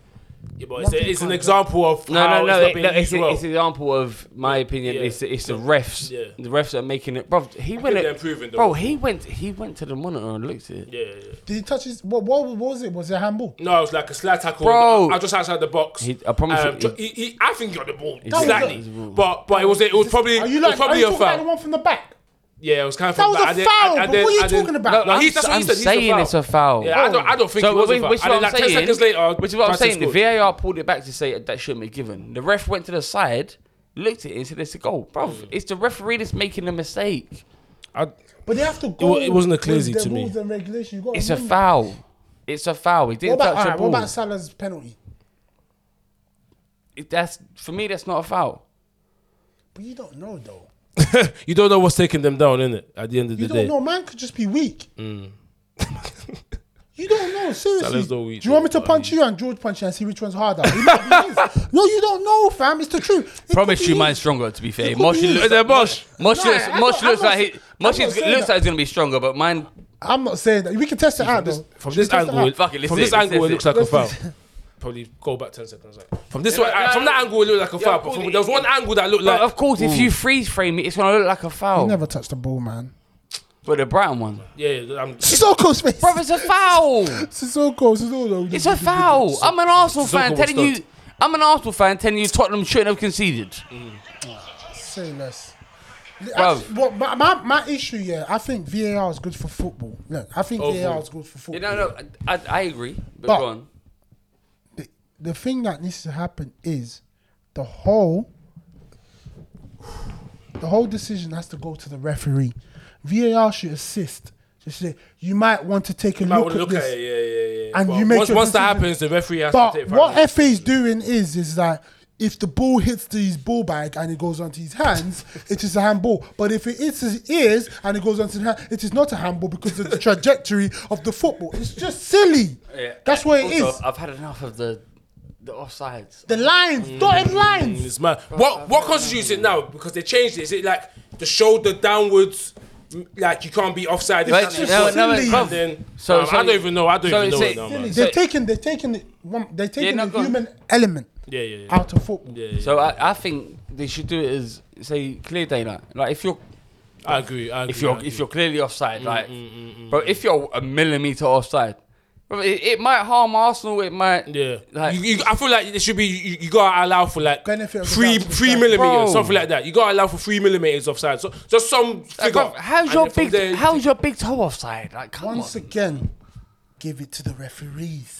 [SPEAKER 1] Yeah, but it's,
[SPEAKER 3] One
[SPEAKER 1] a-
[SPEAKER 3] thing
[SPEAKER 1] it's an
[SPEAKER 3] can't-
[SPEAKER 1] example of
[SPEAKER 2] No,
[SPEAKER 1] how
[SPEAKER 2] no, no,
[SPEAKER 1] it's
[SPEAKER 2] it-
[SPEAKER 1] not
[SPEAKER 2] no.
[SPEAKER 1] being
[SPEAKER 2] It's,
[SPEAKER 1] used
[SPEAKER 2] a-
[SPEAKER 1] well.
[SPEAKER 2] it's an example of my opinion.
[SPEAKER 1] Yeah.
[SPEAKER 2] It's the- it's the refs.
[SPEAKER 1] Yeah.
[SPEAKER 2] The refs that are making it, bro. He went.
[SPEAKER 1] they're
[SPEAKER 2] at-
[SPEAKER 1] improving though.
[SPEAKER 2] Bro, he went. He went to the monitor and looked at it.
[SPEAKER 1] Yeah, yeah.
[SPEAKER 3] Did he touch his? What, what was it? Was it a handball?
[SPEAKER 1] No, it was like a slide tackle.
[SPEAKER 2] Bro.
[SPEAKER 1] I just outside the box.
[SPEAKER 2] He- I promise
[SPEAKER 1] Um,
[SPEAKER 2] you,
[SPEAKER 1] ju- he, he, I think he got the ball
[SPEAKER 2] That was
[SPEAKER 1] slightly,
[SPEAKER 2] a-
[SPEAKER 1] but but it was it was probably
[SPEAKER 3] Are you
[SPEAKER 1] it
[SPEAKER 3] like?
[SPEAKER 1] was probably
[SPEAKER 3] are you
[SPEAKER 1] a
[SPEAKER 3] talking
[SPEAKER 1] foul.
[SPEAKER 3] about the one from the back?
[SPEAKER 1] Yeah, it was kind of
[SPEAKER 3] That
[SPEAKER 1] from
[SPEAKER 3] was
[SPEAKER 1] back.
[SPEAKER 3] a
[SPEAKER 1] I didn't-
[SPEAKER 3] foul,
[SPEAKER 1] I- I
[SPEAKER 3] but
[SPEAKER 1] didn't-
[SPEAKER 3] what are you
[SPEAKER 1] I didn't-
[SPEAKER 3] talking about?
[SPEAKER 1] No, he,
[SPEAKER 2] I'm,
[SPEAKER 1] that's what
[SPEAKER 2] I'm
[SPEAKER 1] he said. he said
[SPEAKER 2] saying it's a foul.
[SPEAKER 1] Yeah, I don't. I don't think it was a
[SPEAKER 2] which-
[SPEAKER 1] foul.
[SPEAKER 2] which is
[SPEAKER 1] And then,
[SPEAKER 2] what I'm
[SPEAKER 1] like ten
[SPEAKER 2] saying,
[SPEAKER 1] seconds later,
[SPEAKER 2] which is what I'm
[SPEAKER 1] Brighton
[SPEAKER 2] saying. The
[SPEAKER 1] scored.
[SPEAKER 2] VAR pulled it back to say that shouldn't be given. The ref went to the side, looked at it, and said it's a goal, bro.
[SPEAKER 1] Mm.
[SPEAKER 2] It's the referee that's making the mistake.
[SPEAKER 1] I-
[SPEAKER 3] But they have to go.
[SPEAKER 1] wa- it wasn't a
[SPEAKER 3] with
[SPEAKER 1] cleansy
[SPEAKER 3] the
[SPEAKER 1] to me.
[SPEAKER 3] rules and regulation. You got
[SPEAKER 2] It's a foul. It's a foul. He
[SPEAKER 3] Mm. What
[SPEAKER 2] didn't
[SPEAKER 3] about,
[SPEAKER 2] touch
[SPEAKER 3] alright,
[SPEAKER 2] the
[SPEAKER 3] what
[SPEAKER 2] ball.
[SPEAKER 3] about Salah's penalty?
[SPEAKER 2] It- that's for me. That's not a foul.
[SPEAKER 3] But you don't know though.
[SPEAKER 1] you don't know what's taking them down, innit? At the end of
[SPEAKER 3] You
[SPEAKER 1] the
[SPEAKER 3] don't
[SPEAKER 1] day.
[SPEAKER 3] know. Man could just be weak. you don't know. Seriously.
[SPEAKER 1] Salah's not weak,
[SPEAKER 3] Do you want me
[SPEAKER 1] though,
[SPEAKER 3] to punch you and George punch you and see which one's harder? It might be his. no, you don't know, fam. It's the truth. It could
[SPEAKER 2] Promise
[SPEAKER 3] be
[SPEAKER 2] you,
[SPEAKER 3] his.
[SPEAKER 2] mine's stronger. To be fair,
[SPEAKER 3] It could be
[SPEAKER 2] Moshi
[SPEAKER 3] him.
[SPEAKER 2] looks,
[SPEAKER 1] Is there Mosh?
[SPEAKER 2] Moshi
[SPEAKER 3] No,
[SPEAKER 2] looks,
[SPEAKER 3] I'm
[SPEAKER 2] Moshi looks
[SPEAKER 3] not- I'm not
[SPEAKER 2] like he,
[SPEAKER 3] saying-
[SPEAKER 2] Moshi
[SPEAKER 3] I'm
[SPEAKER 2] looks
[SPEAKER 3] not saying
[SPEAKER 2] like he's gonna be stronger, but mine.
[SPEAKER 3] I'm not saying that. We can test it out though.
[SPEAKER 1] From
[SPEAKER 3] Should we
[SPEAKER 1] this
[SPEAKER 3] test it
[SPEAKER 1] angle,
[SPEAKER 3] out?
[SPEAKER 2] Fuck it, let's
[SPEAKER 1] from
[SPEAKER 2] do
[SPEAKER 1] this
[SPEAKER 2] it, let's
[SPEAKER 1] angle,
[SPEAKER 2] do
[SPEAKER 1] it
[SPEAKER 2] it.
[SPEAKER 1] looks like a
[SPEAKER 3] Let's
[SPEAKER 1] foul.
[SPEAKER 3] do
[SPEAKER 1] Probably go back ten seconds. Like, from this
[SPEAKER 2] Yeah,
[SPEAKER 1] way, uh,
[SPEAKER 2] no,
[SPEAKER 1] from
[SPEAKER 2] no,
[SPEAKER 1] that angle, it looked like a
[SPEAKER 2] yeah,
[SPEAKER 1] foul. But
[SPEAKER 2] of course
[SPEAKER 1] from,
[SPEAKER 2] it-
[SPEAKER 1] there was one angle that looked
[SPEAKER 2] But
[SPEAKER 1] like
[SPEAKER 2] of course, if you freeze frame it, it's gonna look like a
[SPEAKER 3] He
[SPEAKER 2] foul.
[SPEAKER 3] never touched the ball, man.
[SPEAKER 2] But the Brighton one,
[SPEAKER 1] yeah. I'm,
[SPEAKER 3] Sissoko's face.
[SPEAKER 2] bro, it's a foul.
[SPEAKER 3] Sissoko, Sissoko.
[SPEAKER 2] It's a foul. I'm an Arsenal fan
[SPEAKER 1] Zonka was
[SPEAKER 2] telling you.
[SPEAKER 1] stunned.
[SPEAKER 2] I'm an Arsenal fan telling you Tottenham shouldn't have conceded.
[SPEAKER 3] Say less.
[SPEAKER 2] Bruv.
[SPEAKER 3] Actually, what- my, my, my issue, yeah, I think VAR is good for football. Look, I think VAR is good for football.
[SPEAKER 2] You know, no, I, I- I agree. But,
[SPEAKER 3] But-
[SPEAKER 2] go on.
[SPEAKER 3] the, the thing that needs to happen is the whole the whole decision has to go to the referee. VAR should assist. Just say you might want to take a
[SPEAKER 1] I
[SPEAKER 3] look,
[SPEAKER 1] would
[SPEAKER 3] at
[SPEAKER 1] look
[SPEAKER 3] this.
[SPEAKER 1] at it. Yeah, yeah, yeah.
[SPEAKER 3] And
[SPEAKER 1] But
[SPEAKER 3] you make
[SPEAKER 1] once,
[SPEAKER 3] your
[SPEAKER 1] once that
[SPEAKER 3] decision.
[SPEAKER 1] happens, the referee has to
[SPEAKER 3] But
[SPEAKER 1] take.
[SPEAKER 3] what
[SPEAKER 1] five
[SPEAKER 3] FA is doing is is that if the ball hits his ball bag and it goes onto his hands, it is a handball. But if it hits his ears and it goes onto the hand, it is not a handball because of the trajectory of the football. It's just silly. That's what it
[SPEAKER 2] Also,
[SPEAKER 3] is.
[SPEAKER 2] I've had enough of the the offsides.
[SPEAKER 3] The lines, dotted lines.
[SPEAKER 1] minutes. It's mad. What what constitutes it now? Because they changed it. Is it like the shoulder downwards? m- Like you can't be offside. if
[SPEAKER 2] Wait,
[SPEAKER 1] that's-
[SPEAKER 3] just
[SPEAKER 2] no, no,
[SPEAKER 3] silly.
[SPEAKER 2] bro.
[SPEAKER 1] And then,
[SPEAKER 2] So-
[SPEAKER 1] um,
[SPEAKER 2] so-
[SPEAKER 1] I don't even know. I don't
[SPEAKER 2] so
[SPEAKER 1] even know
[SPEAKER 2] it's
[SPEAKER 1] it now,
[SPEAKER 2] a-
[SPEAKER 1] man.
[SPEAKER 3] They're taking, they're taking, the, one- they're taking
[SPEAKER 2] no,
[SPEAKER 3] the
[SPEAKER 2] go on.
[SPEAKER 3] human element
[SPEAKER 1] Yeah, yeah, yeah.
[SPEAKER 3] out of football.
[SPEAKER 1] Yeah, yeah.
[SPEAKER 2] So I, I think they should do it as say clear daylight. Like if you're
[SPEAKER 1] I agree. I agree
[SPEAKER 2] if you're
[SPEAKER 1] I agree.
[SPEAKER 2] if you're clearly offside, like bro, if you're a millimeter offside, bro, it, it might harm Arsenal. It might
[SPEAKER 1] Yeah,
[SPEAKER 2] Like-
[SPEAKER 1] you, you, I feel like it should be you, you gotta allow for like
[SPEAKER 3] Benefit of the
[SPEAKER 1] three
[SPEAKER 3] doubt to the
[SPEAKER 1] three
[SPEAKER 3] doubt.
[SPEAKER 1] millimeters,
[SPEAKER 2] Bro.
[SPEAKER 1] something like that. You gotta allow for three millimeters offside. So just some.
[SPEAKER 2] Like,
[SPEAKER 1] figure.
[SPEAKER 2] bro, how's
[SPEAKER 1] And
[SPEAKER 2] your
[SPEAKER 1] then from
[SPEAKER 2] big
[SPEAKER 1] there-
[SPEAKER 2] how's your big toe offside? Like come
[SPEAKER 3] Once
[SPEAKER 2] on.
[SPEAKER 3] again, give it to the referees.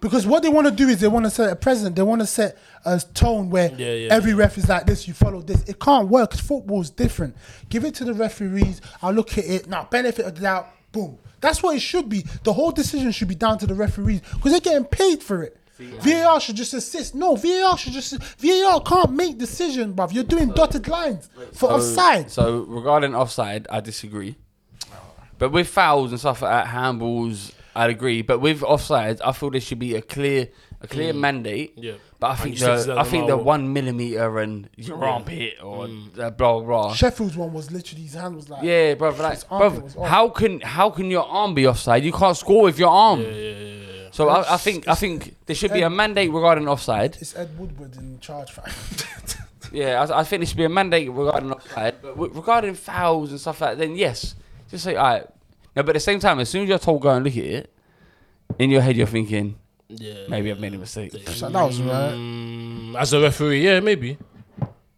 [SPEAKER 3] Because what they want to do is they want to set a precedent. They want to set a tone where
[SPEAKER 1] Yeah, yeah.
[SPEAKER 3] every ref is like this. You follow this. It can't work. 'cause Football's different. Give it to the referees. I look at it now. Benefit of the doubt. Boom. That's what it should be. The whole decision should be down to the referees because they're getting paid for it. VAR should just assist. No, VAR should just VAR can't make decision, bruv. You're doing dotted lines for offside.
[SPEAKER 2] So regarding offside, I disagree. But with fouls and stuff like that, handballs, I'd agree. But with offsides, I feel there should be a clear, a clear mandate.
[SPEAKER 1] Yeah.
[SPEAKER 2] But I
[SPEAKER 1] And
[SPEAKER 2] think
[SPEAKER 1] you said
[SPEAKER 2] the,
[SPEAKER 1] that
[SPEAKER 2] I
[SPEAKER 1] as
[SPEAKER 2] think the
[SPEAKER 1] well.
[SPEAKER 2] one millimeter and your armpit or the blah blah.
[SPEAKER 3] Sheffield's one was literally his hand was like
[SPEAKER 2] yeah, bro. Like,
[SPEAKER 3] His armpit was
[SPEAKER 2] bro,
[SPEAKER 3] off.
[SPEAKER 2] how can how can your arm be offside? You can't score with your arm. So I, I think I think there should be a mandate regarding offside.
[SPEAKER 3] It's Ed Woodward in charge. fam.
[SPEAKER 2] Yeah, I, I think there should be a mandate regarding offside. But w- regarding fouls and stuff like that, then yes, just say all right. No, but at the same time, as soon as you're told go and look at it, in your head you're thinking
[SPEAKER 1] Yeah.
[SPEAKER 2] maybe I've made a mistake.
[SPEAKER 3] so that was right.
[SPEAKER 1] Mm, as a referee, yeah, maybe.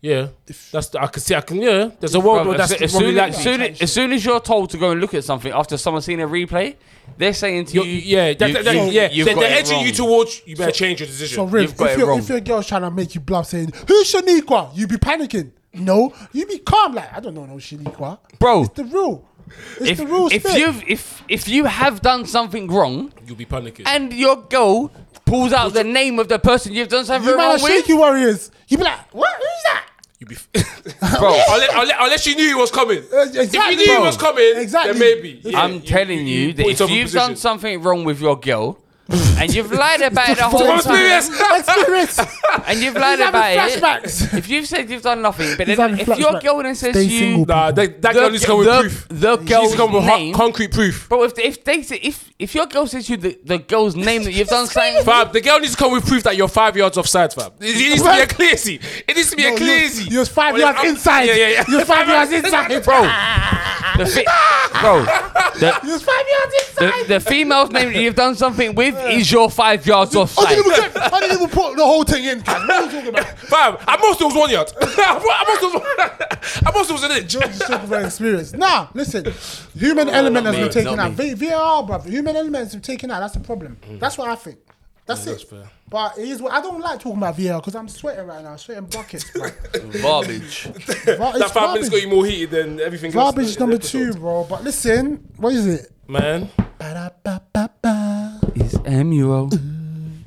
[SPEAKER 1] Yeah,
[SPEAKER 3] If-
[SPEAKER 1] that's the, I can see. I can. Yeah, there's a world
[SPEAKER 2] Bro,
[SPEAKER 1] where
[SPEAKER 2] as,
[SPEAKER 1] Oh, that's
[SPEAKER 2] as,
[SPEAKER 1] probably
[SPEAKER 2] soon,
[SPEAKER 1] like
[SPEAKER 2] as, soon, as soon as you're told to go and look at something after someone's seen a replay, they're saying to
[SPEAKER 1] you,
[SPEAKER 2] you,
[SPEAKER 1] you- yeah, that,
[SPEAKER 2] you-
[SPEAKER 1] that, that,
[SPEAKER 2] you-
[SPEAKER 1] yeah.
[SPEAKER 2] you've
[SPEAKER 1] They're,
[SPEAKER 2] got
[SPEAKER 1] they're
[SPEAKER 2] it
[SPEAKER 1] edging
[SPEAKER 2] wrong.
[SPEAKER 1] you towards. You better change your decision.
[SPEAKER 3] So Riv,
[SPEAKER 2] You've got
[SPEAKER 3] if,
[SPEAKER 2] it
[SPEAKER 3] your,
[SPEAKER 2] wrong.
[SPEAKER 3] if your girl's trying to make you bluff saying who's Shaniqua, you be panicking. No, you be calm like I don't know no Shaniqua.
[SPEAKER 2] Bro.
[SPEAKER 3] it's the rule. It's
[SPEAKER 2] if
[SPEAKER 3] the rules.
[SPEAKER 2] if
[SPEAKER 3] fit.
[SPEAKER 2] you if if you have done something wrong
[SPEAKER 1] You'll be panicking.
[SPEAKER 2] and your girl pulls out the name of the person you've done something
[SPEAKER 3] you
[SPEAKER 2] wrong
[SPEAKER 3] man, are
[SPEAKER 2] with,
[SPEAKER 3] shaky warriors. You be like, what? Who's that?
[SPEAKER 1] You'll be. unless, unless, unless you knew he was coming. If
[SPEAKER 3] exactly,
[SPEAKER 1] you knew he
[SPEAKER 3] bro.
[SPEAKER 1] was coming,
[SPEAKER 3] Exactly.
[SPEAKER 1] then maybe.
[SPEAKER 3] I'm
[SPEAKER 1] Yeah,
[SPEAKER 2] I'm telling you, that
[SPEAKER 1] put
[SPEAKER 2] if
[SPEAKER 1] yourself in
[SPEAKER 2] you've done
[SPEAKER 1] position.
[SPEAKER 2] something wrong with your girl and you've lied about it the
[SPEAKER 1] From
[SPEAKER 2] whole time,
[SPEAKER 1] experience.
[SPEAKER 3] Experience.
[SPEAKER 2] and you've lied
[SPEAKER 3] having
[SPEAKER 2] about it,
[SPEAKER 3] flashbacks.
[SPEAKER 2] if you've said you've done nothing, but
[SPEAKER 3] He's
[SPEAKER 2] then
[SPEAKER 3] having
[SPEAKER 2] if your
[SPEAKER 3] flashbacks.
[SPEAKER 2] girl then says
[SPEAKER 3] Stay
[SPEAKER 2] to you,
[SPEAKER 3] single.
[SPEAKER 1] Nah, that, that girl
[SPEAKER 2] the,
[SPEAKER 1] needs to come with
[SPEAKER 2] the-
[SPEAKER 1] proof.
[SPEAKER 2] the
[SPEAKER 1] She needs
[SPEAKER 2] girl's
[SPEAKER 1] to come with hard,
[SPEAKER 2] name.
[SPEAKER 1] concrete proof.
[SPEAKER 2] Bro, if, if they say, if if your girl says you the, the girl's name that you've done something,
[SPEAKER 1] Fab, the girl needs to come with proof that you're five yards offside, fam. It it needs to be a clearsy. It needs to be a
[SPEAKER 3] No, you-
[SPEAKER 1] clearsy.
[SPEAKER 3] You was five
[SPEAKER 1] Well,
[SPEAKER 3] yards
[SPEAKER 1] I'm-
[SPEAKER 3] inside.
[SPEAKER 1] Yeah, yeah, yeah.
[SPEAKER 3] You was five yards inside,
[SPEAKER 2] bro, the fe- bro,
[SPEAKER 3] You
[SPEAKER 2] the,
[SPEAKER 3] was five yards inside.
[SPEAKER 2] the the female's name that you've done something with is your five yards
[SPEAKER 3] I
[SPEAKER 2] offside.
[SPEAKER 3] didn't, even, get- I didn't even put the whole thing in. What are you talking about?
[SPEAKER 1] Fam, I must it was one yard. I must it was one. I must it was an inch.
[SPEAKER 3] Just talk about experience. Nah, listen. Human element has
[SPEAKER 2] me,
[SPEAKER 3] been taken
[SPEAKER 2] not
[SPEAKER 3] out. V- VAR, bruv. Human element has been taken out. That's the problem. That's what I think. That's it.
[SPEAKER 1] Mm. that's fair.
[SPEAKER 3] But it is what I don't like talking about VAR because I'm sweating right now. I'm sweating buckets, bro.
[SPEAKER 2] Garbage.
[SPEAKER 1] That five minutes got you more heated than everything else. in
[SPEAKER 3] Garbage
[SPEAKER 1] the
[SPEAKER 3] number
[SPEAKER 1] episode.
[SPEAKER 3] two, bro. But listen, what is it?
[SPEAKER 1] Man,
[SPEAKER 3] Ba-da-ba-ba-ba.
[SPEAKER 2] It's MUO.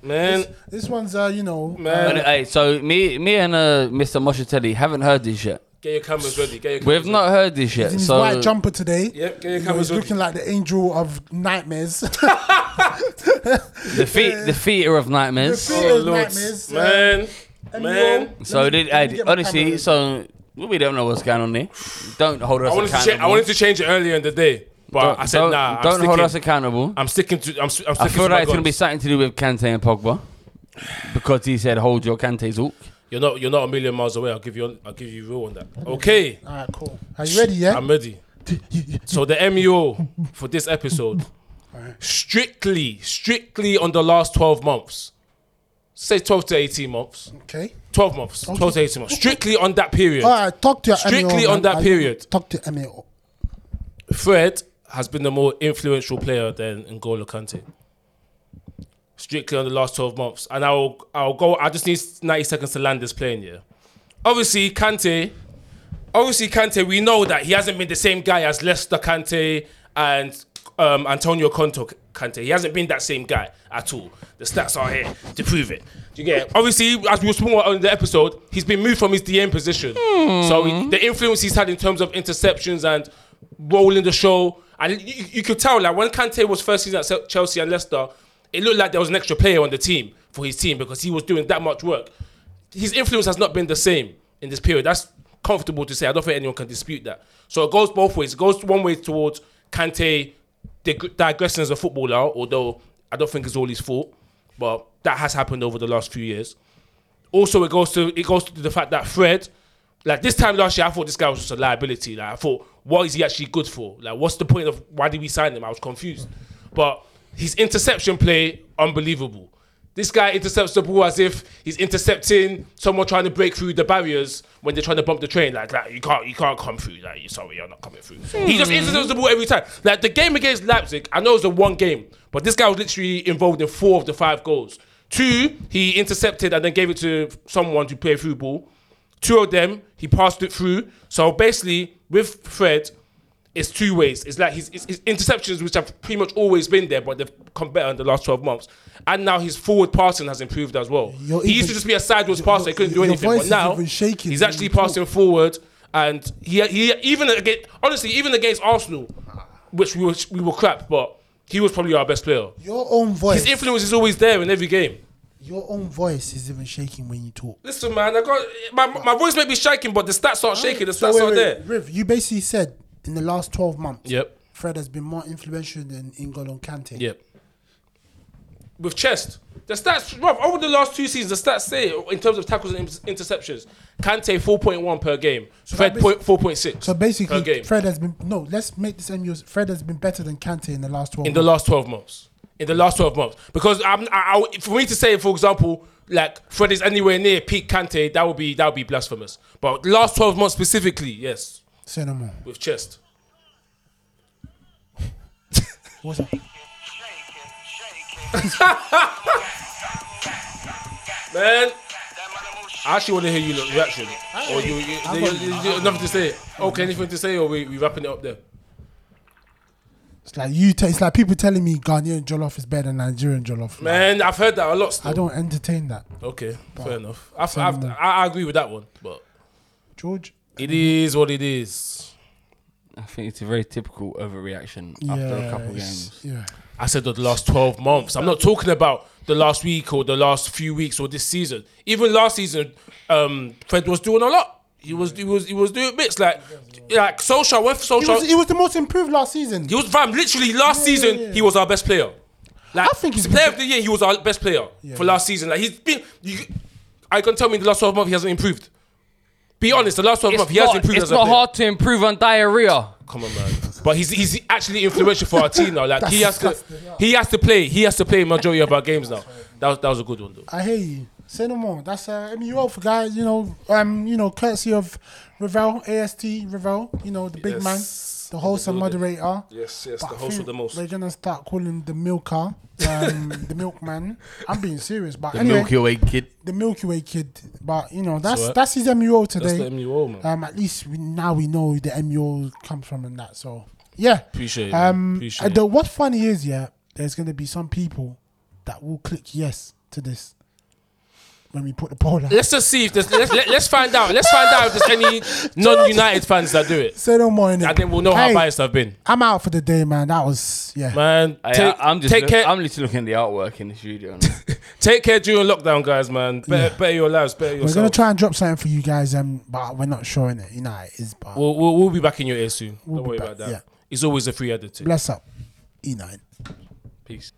[SPEAKER 1] man,
[SPEAKER 3] This one's, uh, you know,
[SPEAKER 1] man.
[SPEAKER 2] Hey, so me, me and uh, Mr. Moshitelli haven't heard this yet.
[SPEAKER 1] Get your cameras ready. Get your cameras
[SPEAKER 2] We've not heard this yet.
[SPEAKER 3] in his
[SPEAKER 2] So
[SPEAKER 3] white jumper today.
[SPEAKER 1] Yep, get your
[SPEAKER 3] You know,
[SPEAKER 1] cameras
[SPEAKER 3] he's
[SPEAKER 1] ready.
[SPEAKER 3] looking like the angel of nightmares.
[SPEAKER 2] the feet, the theater of nightmares.
[SPEAKER 3] The
[SPEAKER 1] Oh,
[SPEAKER 3] Those
[SPEAKER 1] Lord.
[SPEAKER 3] nightmares, uh,
[SPEAKER 1] Man,
[SPEAKER 3] And
[SPEAKER 1] man.
[SPEAKER 3] yo,
[SPEAKER 2] So
[SPEAKER 3] let me-
[SPEAKER 2] did
[SPEAKER 3] let me
[SPEAKER 2] I,
[SPEAKER 3] get my camera
[SPEAKER 2] honestly,
[SPEAKER 3] ready.
[SPEAKER 2] so we don't know what's going on there. Don't hold us
[SPEAKER 1] I wanted, to cha-
[SPEAKER 2] accountable.
[SPEAKER 1] I wanted to change it earlier in the day, but
[SPEAKER 2] Don't-
[SPEAKER 1] I said,
[SPEAKER 2] don't,
[SPEAKER 1] nah,
[SPEAKER 2] don't
[SPEAKER 1] I'm
[SPEAKER 2] hold
[SPEAKER 1] sticking-
[SPEAKER 2] us accountable.
[SPEAKER 1] I'm sticking to. I'm, s- I'm sticking
[SPEAKER 2] I feel
[SPEAKER 1] to
[SPEAKER 2] like
[SPEAKER 1] my
[SPEAKER 2] it's gonna be
[SPEAKER 1] guns.
[SPEAKER 2] something to do with Kante and Pogba because he said hold your Kante's hook.
[SPEAKER 1] You're not. You're not a million miles away. I'll give you. I'll give you real on that. Okay,
[SPEAKER 3] All right, cool. Are you ready? Yeah.
[SPEAKER 1] I'm ready. So the MUO for this episode, strictly, strictly on the last twelve months, say twelve to eighteen months,
[SPEAKER 3] okay.
[SPEAKER 1] twelve months, twelve to eighteen months, strictly on that period.
[SPEAKER 3] All right, talk to your
[SPEAKER 1] Strictly
[SPEAKER 3] MAO,
[SPEAKER 1] on
[SPEAKER 3] man.
[SPEAKER 1] that
[SPEAKER 3] I-
[SPEAKER 1] period.
[SPEAKER 3] Talk to your MAO.
[SPEAKER 1] Fred has been the more influential player than N'Golo Kante. Strictly on the last 12 months. And I'll I'll go I just need 90 seconds to land this plane, yeah. Obviously, Kante obviously Kante, we know that he hasn't been the same guy as Lester Kante and um, Antonio Conte Kante. He hasn't been that same guy at all. The stats are here to prove it. Do you get it? Obviously, as we were talking about on the episode, he's been moved from his DM position. So he- the influence he's had in terms of interceptions and rolling the show, and you, you could tell like when Kante was first season at Se- Chelsea and Leicester, it looked like there was an extra player on the team for his team because he was doing that much work his influence has not been the same in this period. That's comfortable to say. I don't think anyone can dispute that. So it goes both ways. It goes one way towards Kante dig- digressing as a footballer, although I don't think it's all his fault. But that has happened over the last few years. Also, it goes to it goes to the fact that Fred, like this time last year, I thought this guy was just a liability. Like I thought, what is he actually good for? Like, what's the point of why did we sign him? I was confused. But his interception play, unbelievable. This guy intercepts the ball as if he's intercepting someone trying to break through the barriers when they're trying to bump the train. Like, like you can't, you can't come through. Like, you're sorry, you're not coming through. He just intercepts the ball every time. Like the game against Leipzig, I know it was a one game, but this guy was literally involved in four of the five goals. Two, he intercepted and then gave it to someone to play through ball. Two of them, he passed it through. So basically, with Fred, it's two ways. It's like his, his, his interceptions, which have pretty much always been there, but they've come better in the last 12 months. And now his forward passing has improved as well.
[SPEAKER 3] You're
[SPEAKER 1] he
[SPEAKER 3] even-
[SPEAKER 1] used to just be a sideways passer, he couldn't do
[SPEAKER 3] your
[SPEAKER 1] anything.
[SPEAKER 3] voice
[SPEAKER 1] But
[SPEAKER 3] is
[SPEAKER 1] now,
[SPEAKER 3] even shaking
[SPEAKER 1] he's
[SPEAKER 3] when
[SPEAKER 1] actually
[SPEAKER 3] you talk.
[SPEAKER 1] passing forward. And he, he even against, honestly, even against Arsenal, which we were, we were crap, but he was probably our best player.
[SPEAKER 3] Your own voice.
[SPEAKER 1] His influence is always there in every game.
[SPEAKER 3] your own voice is even shaking when you talk.
[SPEAKER 1] Listen, man, I got my, my voice may be shaking, but the stats aren't shaking. The stats
[SPEAKER 3] wait,
[SPEAKER 1] are
[SPEAKER 3] wait,
[SPEAKER 1] there.
[SPEAKER 3] Riv, you basically said in the last 12 months,
[SPEAKER 1] Yep.
[SPEAKER 3] Fred has been more influential than N'Golo Kante.
[SPEAKER 1] Yep. With chest. The stats, Rob, over the last two seasons, the stats say it in terms of tackles and in- interceptions, Kante 4.1 per game, Fred
[SPEAKER 3] that means-
[SPEAKER 1] point, 4.6
[SPEAKER 3] So basically,
[SPEAKER 1] per game
[SPEAKER 3] Fred has been no. Let's make this MU. Fred has been better than Kante in the last 12
[SPEAKER 1] in the
[SPEAKER 3] months.
[SPEAKER 1] last 12 months. In the last 12 months. Because I'm, I, I, for me to say, for example, like Fred is anywhere near peak Kante, that would be that would be blasphemous. But last 12 months specifically, yes,
[SPEAKER 3] Say no more.
[SPEAKER 1] with chest.
[SPEAKER 3] What's up?
[SPEAKER 1] Man, I actually want to hear you look reaction. Or you, you, you, you, you- nothing to say. Okay, anything to say, or we we wrapping it up there?
[SPEAKER 3] It's like you. T- it's like people telling me Ghanaian jollof is better than Nigerian jollof. Like,
[SPEAKER 1] Man, I've heard that a lot. Still.
[SPEAKER 3] I don't entertain that,
[SPEAKER 1] Okay, fair enough. I've, I've, I I agree with that one, but
[SPEAKER 3] George.
[SPEAKER 1] it is what it is.
[SPEAKER 2] I think it's a very typical overreaction after a couple
[SPEAKER 3] it's-
[SPEAKER 2] games.
[SPEAKER 3] Yeah.
[SPEAKER 1] I said the last 12 months. I'm not talking about the last week or the last few weeks or this season. Even last season, um, Fred was doing a lot. He was he was he was doing bits like like Solskjaer, with
[SPEAKER 3] He
[SPEAKER 1] Solskjaer.
[SPEAKER 3] was, he was the most improved last season.
[SPEAKER 1] He was fam, literally last
[SPEAKER 3] Yeah, yeah,
[SPEAKER 1] season
[SPEAKER 3] yeah.
[SPEAKER 1] he was our best player. Like
[SPEAKER 3] I think he's
[SPEAKER 1] player of the year, he was our best player
[SPEAKER 3] Yeah,
[SPEAKER 1] for
[SPEAKER 3] yeah.
[SPEAKER 1] last season. Like he's been, you, I can tell me in the last twelve months he hasn't improved. Be honest, the last twelve months
[SPEAKER 2] It's
[SPEAKER 1] he has
[SPEAKER 2] not,
[SPEAKER 1] improved.
[SPEAKER 2] it's
[SPEAKER 1] as a
[SPEAKER 2] not
[SPEAKER 1] player.
[SPEAKER 2] hard to improve on diarrhea.
[SPEAKER 1] Come on, man. But he's he's actually influential for our team now. Like he has
[SPEAKER 3] That's
[SPEAKER 1] to
[SPEAKER 3] disgusting.
[SPEAKER 1] he has to play he has to play majority of our games now. That was that was a good one though.
[SPEAKER 3] I hear you. Say no more. That's uh, MUO for guys. You know, um, you know, courtesy of Ravel, AST Ravel. You know, the big man,
[SPEAKER 1] Yes.
[SPEAKER 3] the wholesome
[SPEAKER 1] Building.
[SPEAKER 3] moderator.
[SPEAKER 1] Yes, yes,
[SPEAKER 3] But
[SPEAKER 1] the
[SPEAKER 3] I
[SPEAKER 1] host
[SPEAKER 3] think
[SPEAKER 1] of the most.
[SPEAKER 3] They're gonna start calling the milker, um, the milkman. I'm being serious, but anyway,
[SPEAKER 2] Way kid.
[SPEAKER 3] the Milky Way kid. But you know, that's
[SPEAKER 1] alright.
[SPEAKER 3] that's his MUO
[SPEAKER 1] uh, That's
[SPEAKER 3] today.
[SPEAKER 1] the MUO man.
[SPEAKER 3] um, at least we, now we know who the MUO comes from and that. So yeah,
[SPEAKER 1] Appreciate it. Um,
[SPEAKER 3] um,
[SPEAKER 1] Appreciate
[SPEAKER 3] and
[SPEAKER 1] it.
[SPEAKER 3] the, what's funny is yeah, there's gonna be some people that will click yes to this when we put the poll out.
[SPEAKER 1] Let's just see if there's let's, let, let's find out. Let's find out if there's any non-United fans that do it,
[SPEAKER 3] Say no more innit?
[SPEAKER 1] and then we'll know
[SPEAKER 3] Hey,
[SPEAKER 1] how biased I've been.
[SPEAKER 3] I'm out for the day, man. That was yeah.
[SPEAKER 1] Man,
[SPEAKER 2] I,
[SPEAKER 1] take,
[SPEAKER 2] I, am just.
[SPEAKER 1] take
[SPEAKER 2] look-
[SPEAKER 1] care.
[SPEAKER 2] I'm literally looking at the artwork in the studio. now.
[SPEAKER 1] take care during lockdown, guys. Man, better, better your lives, better
[SPEAKER 3] We're gonna
[SPEAKER 1] yourself.
[SPEAKER 3] try and drop something for you guys, um, but we're not sure in it. You know how it is, but
[SPEAKER 1] We'll, we'll, we'll be back in your ear soon. Don't
[SPEAKER 3] We'll be
[SPEAKER 1] worry
[SPEAKER 3] back,
[SPEAKER 1] about that.
[SPEAKER 3] yeah.
[SPEAKER 1] It's always a free editing.
[SPEAKER 3] bless up, E9.
[SPEAKER 2] Peace.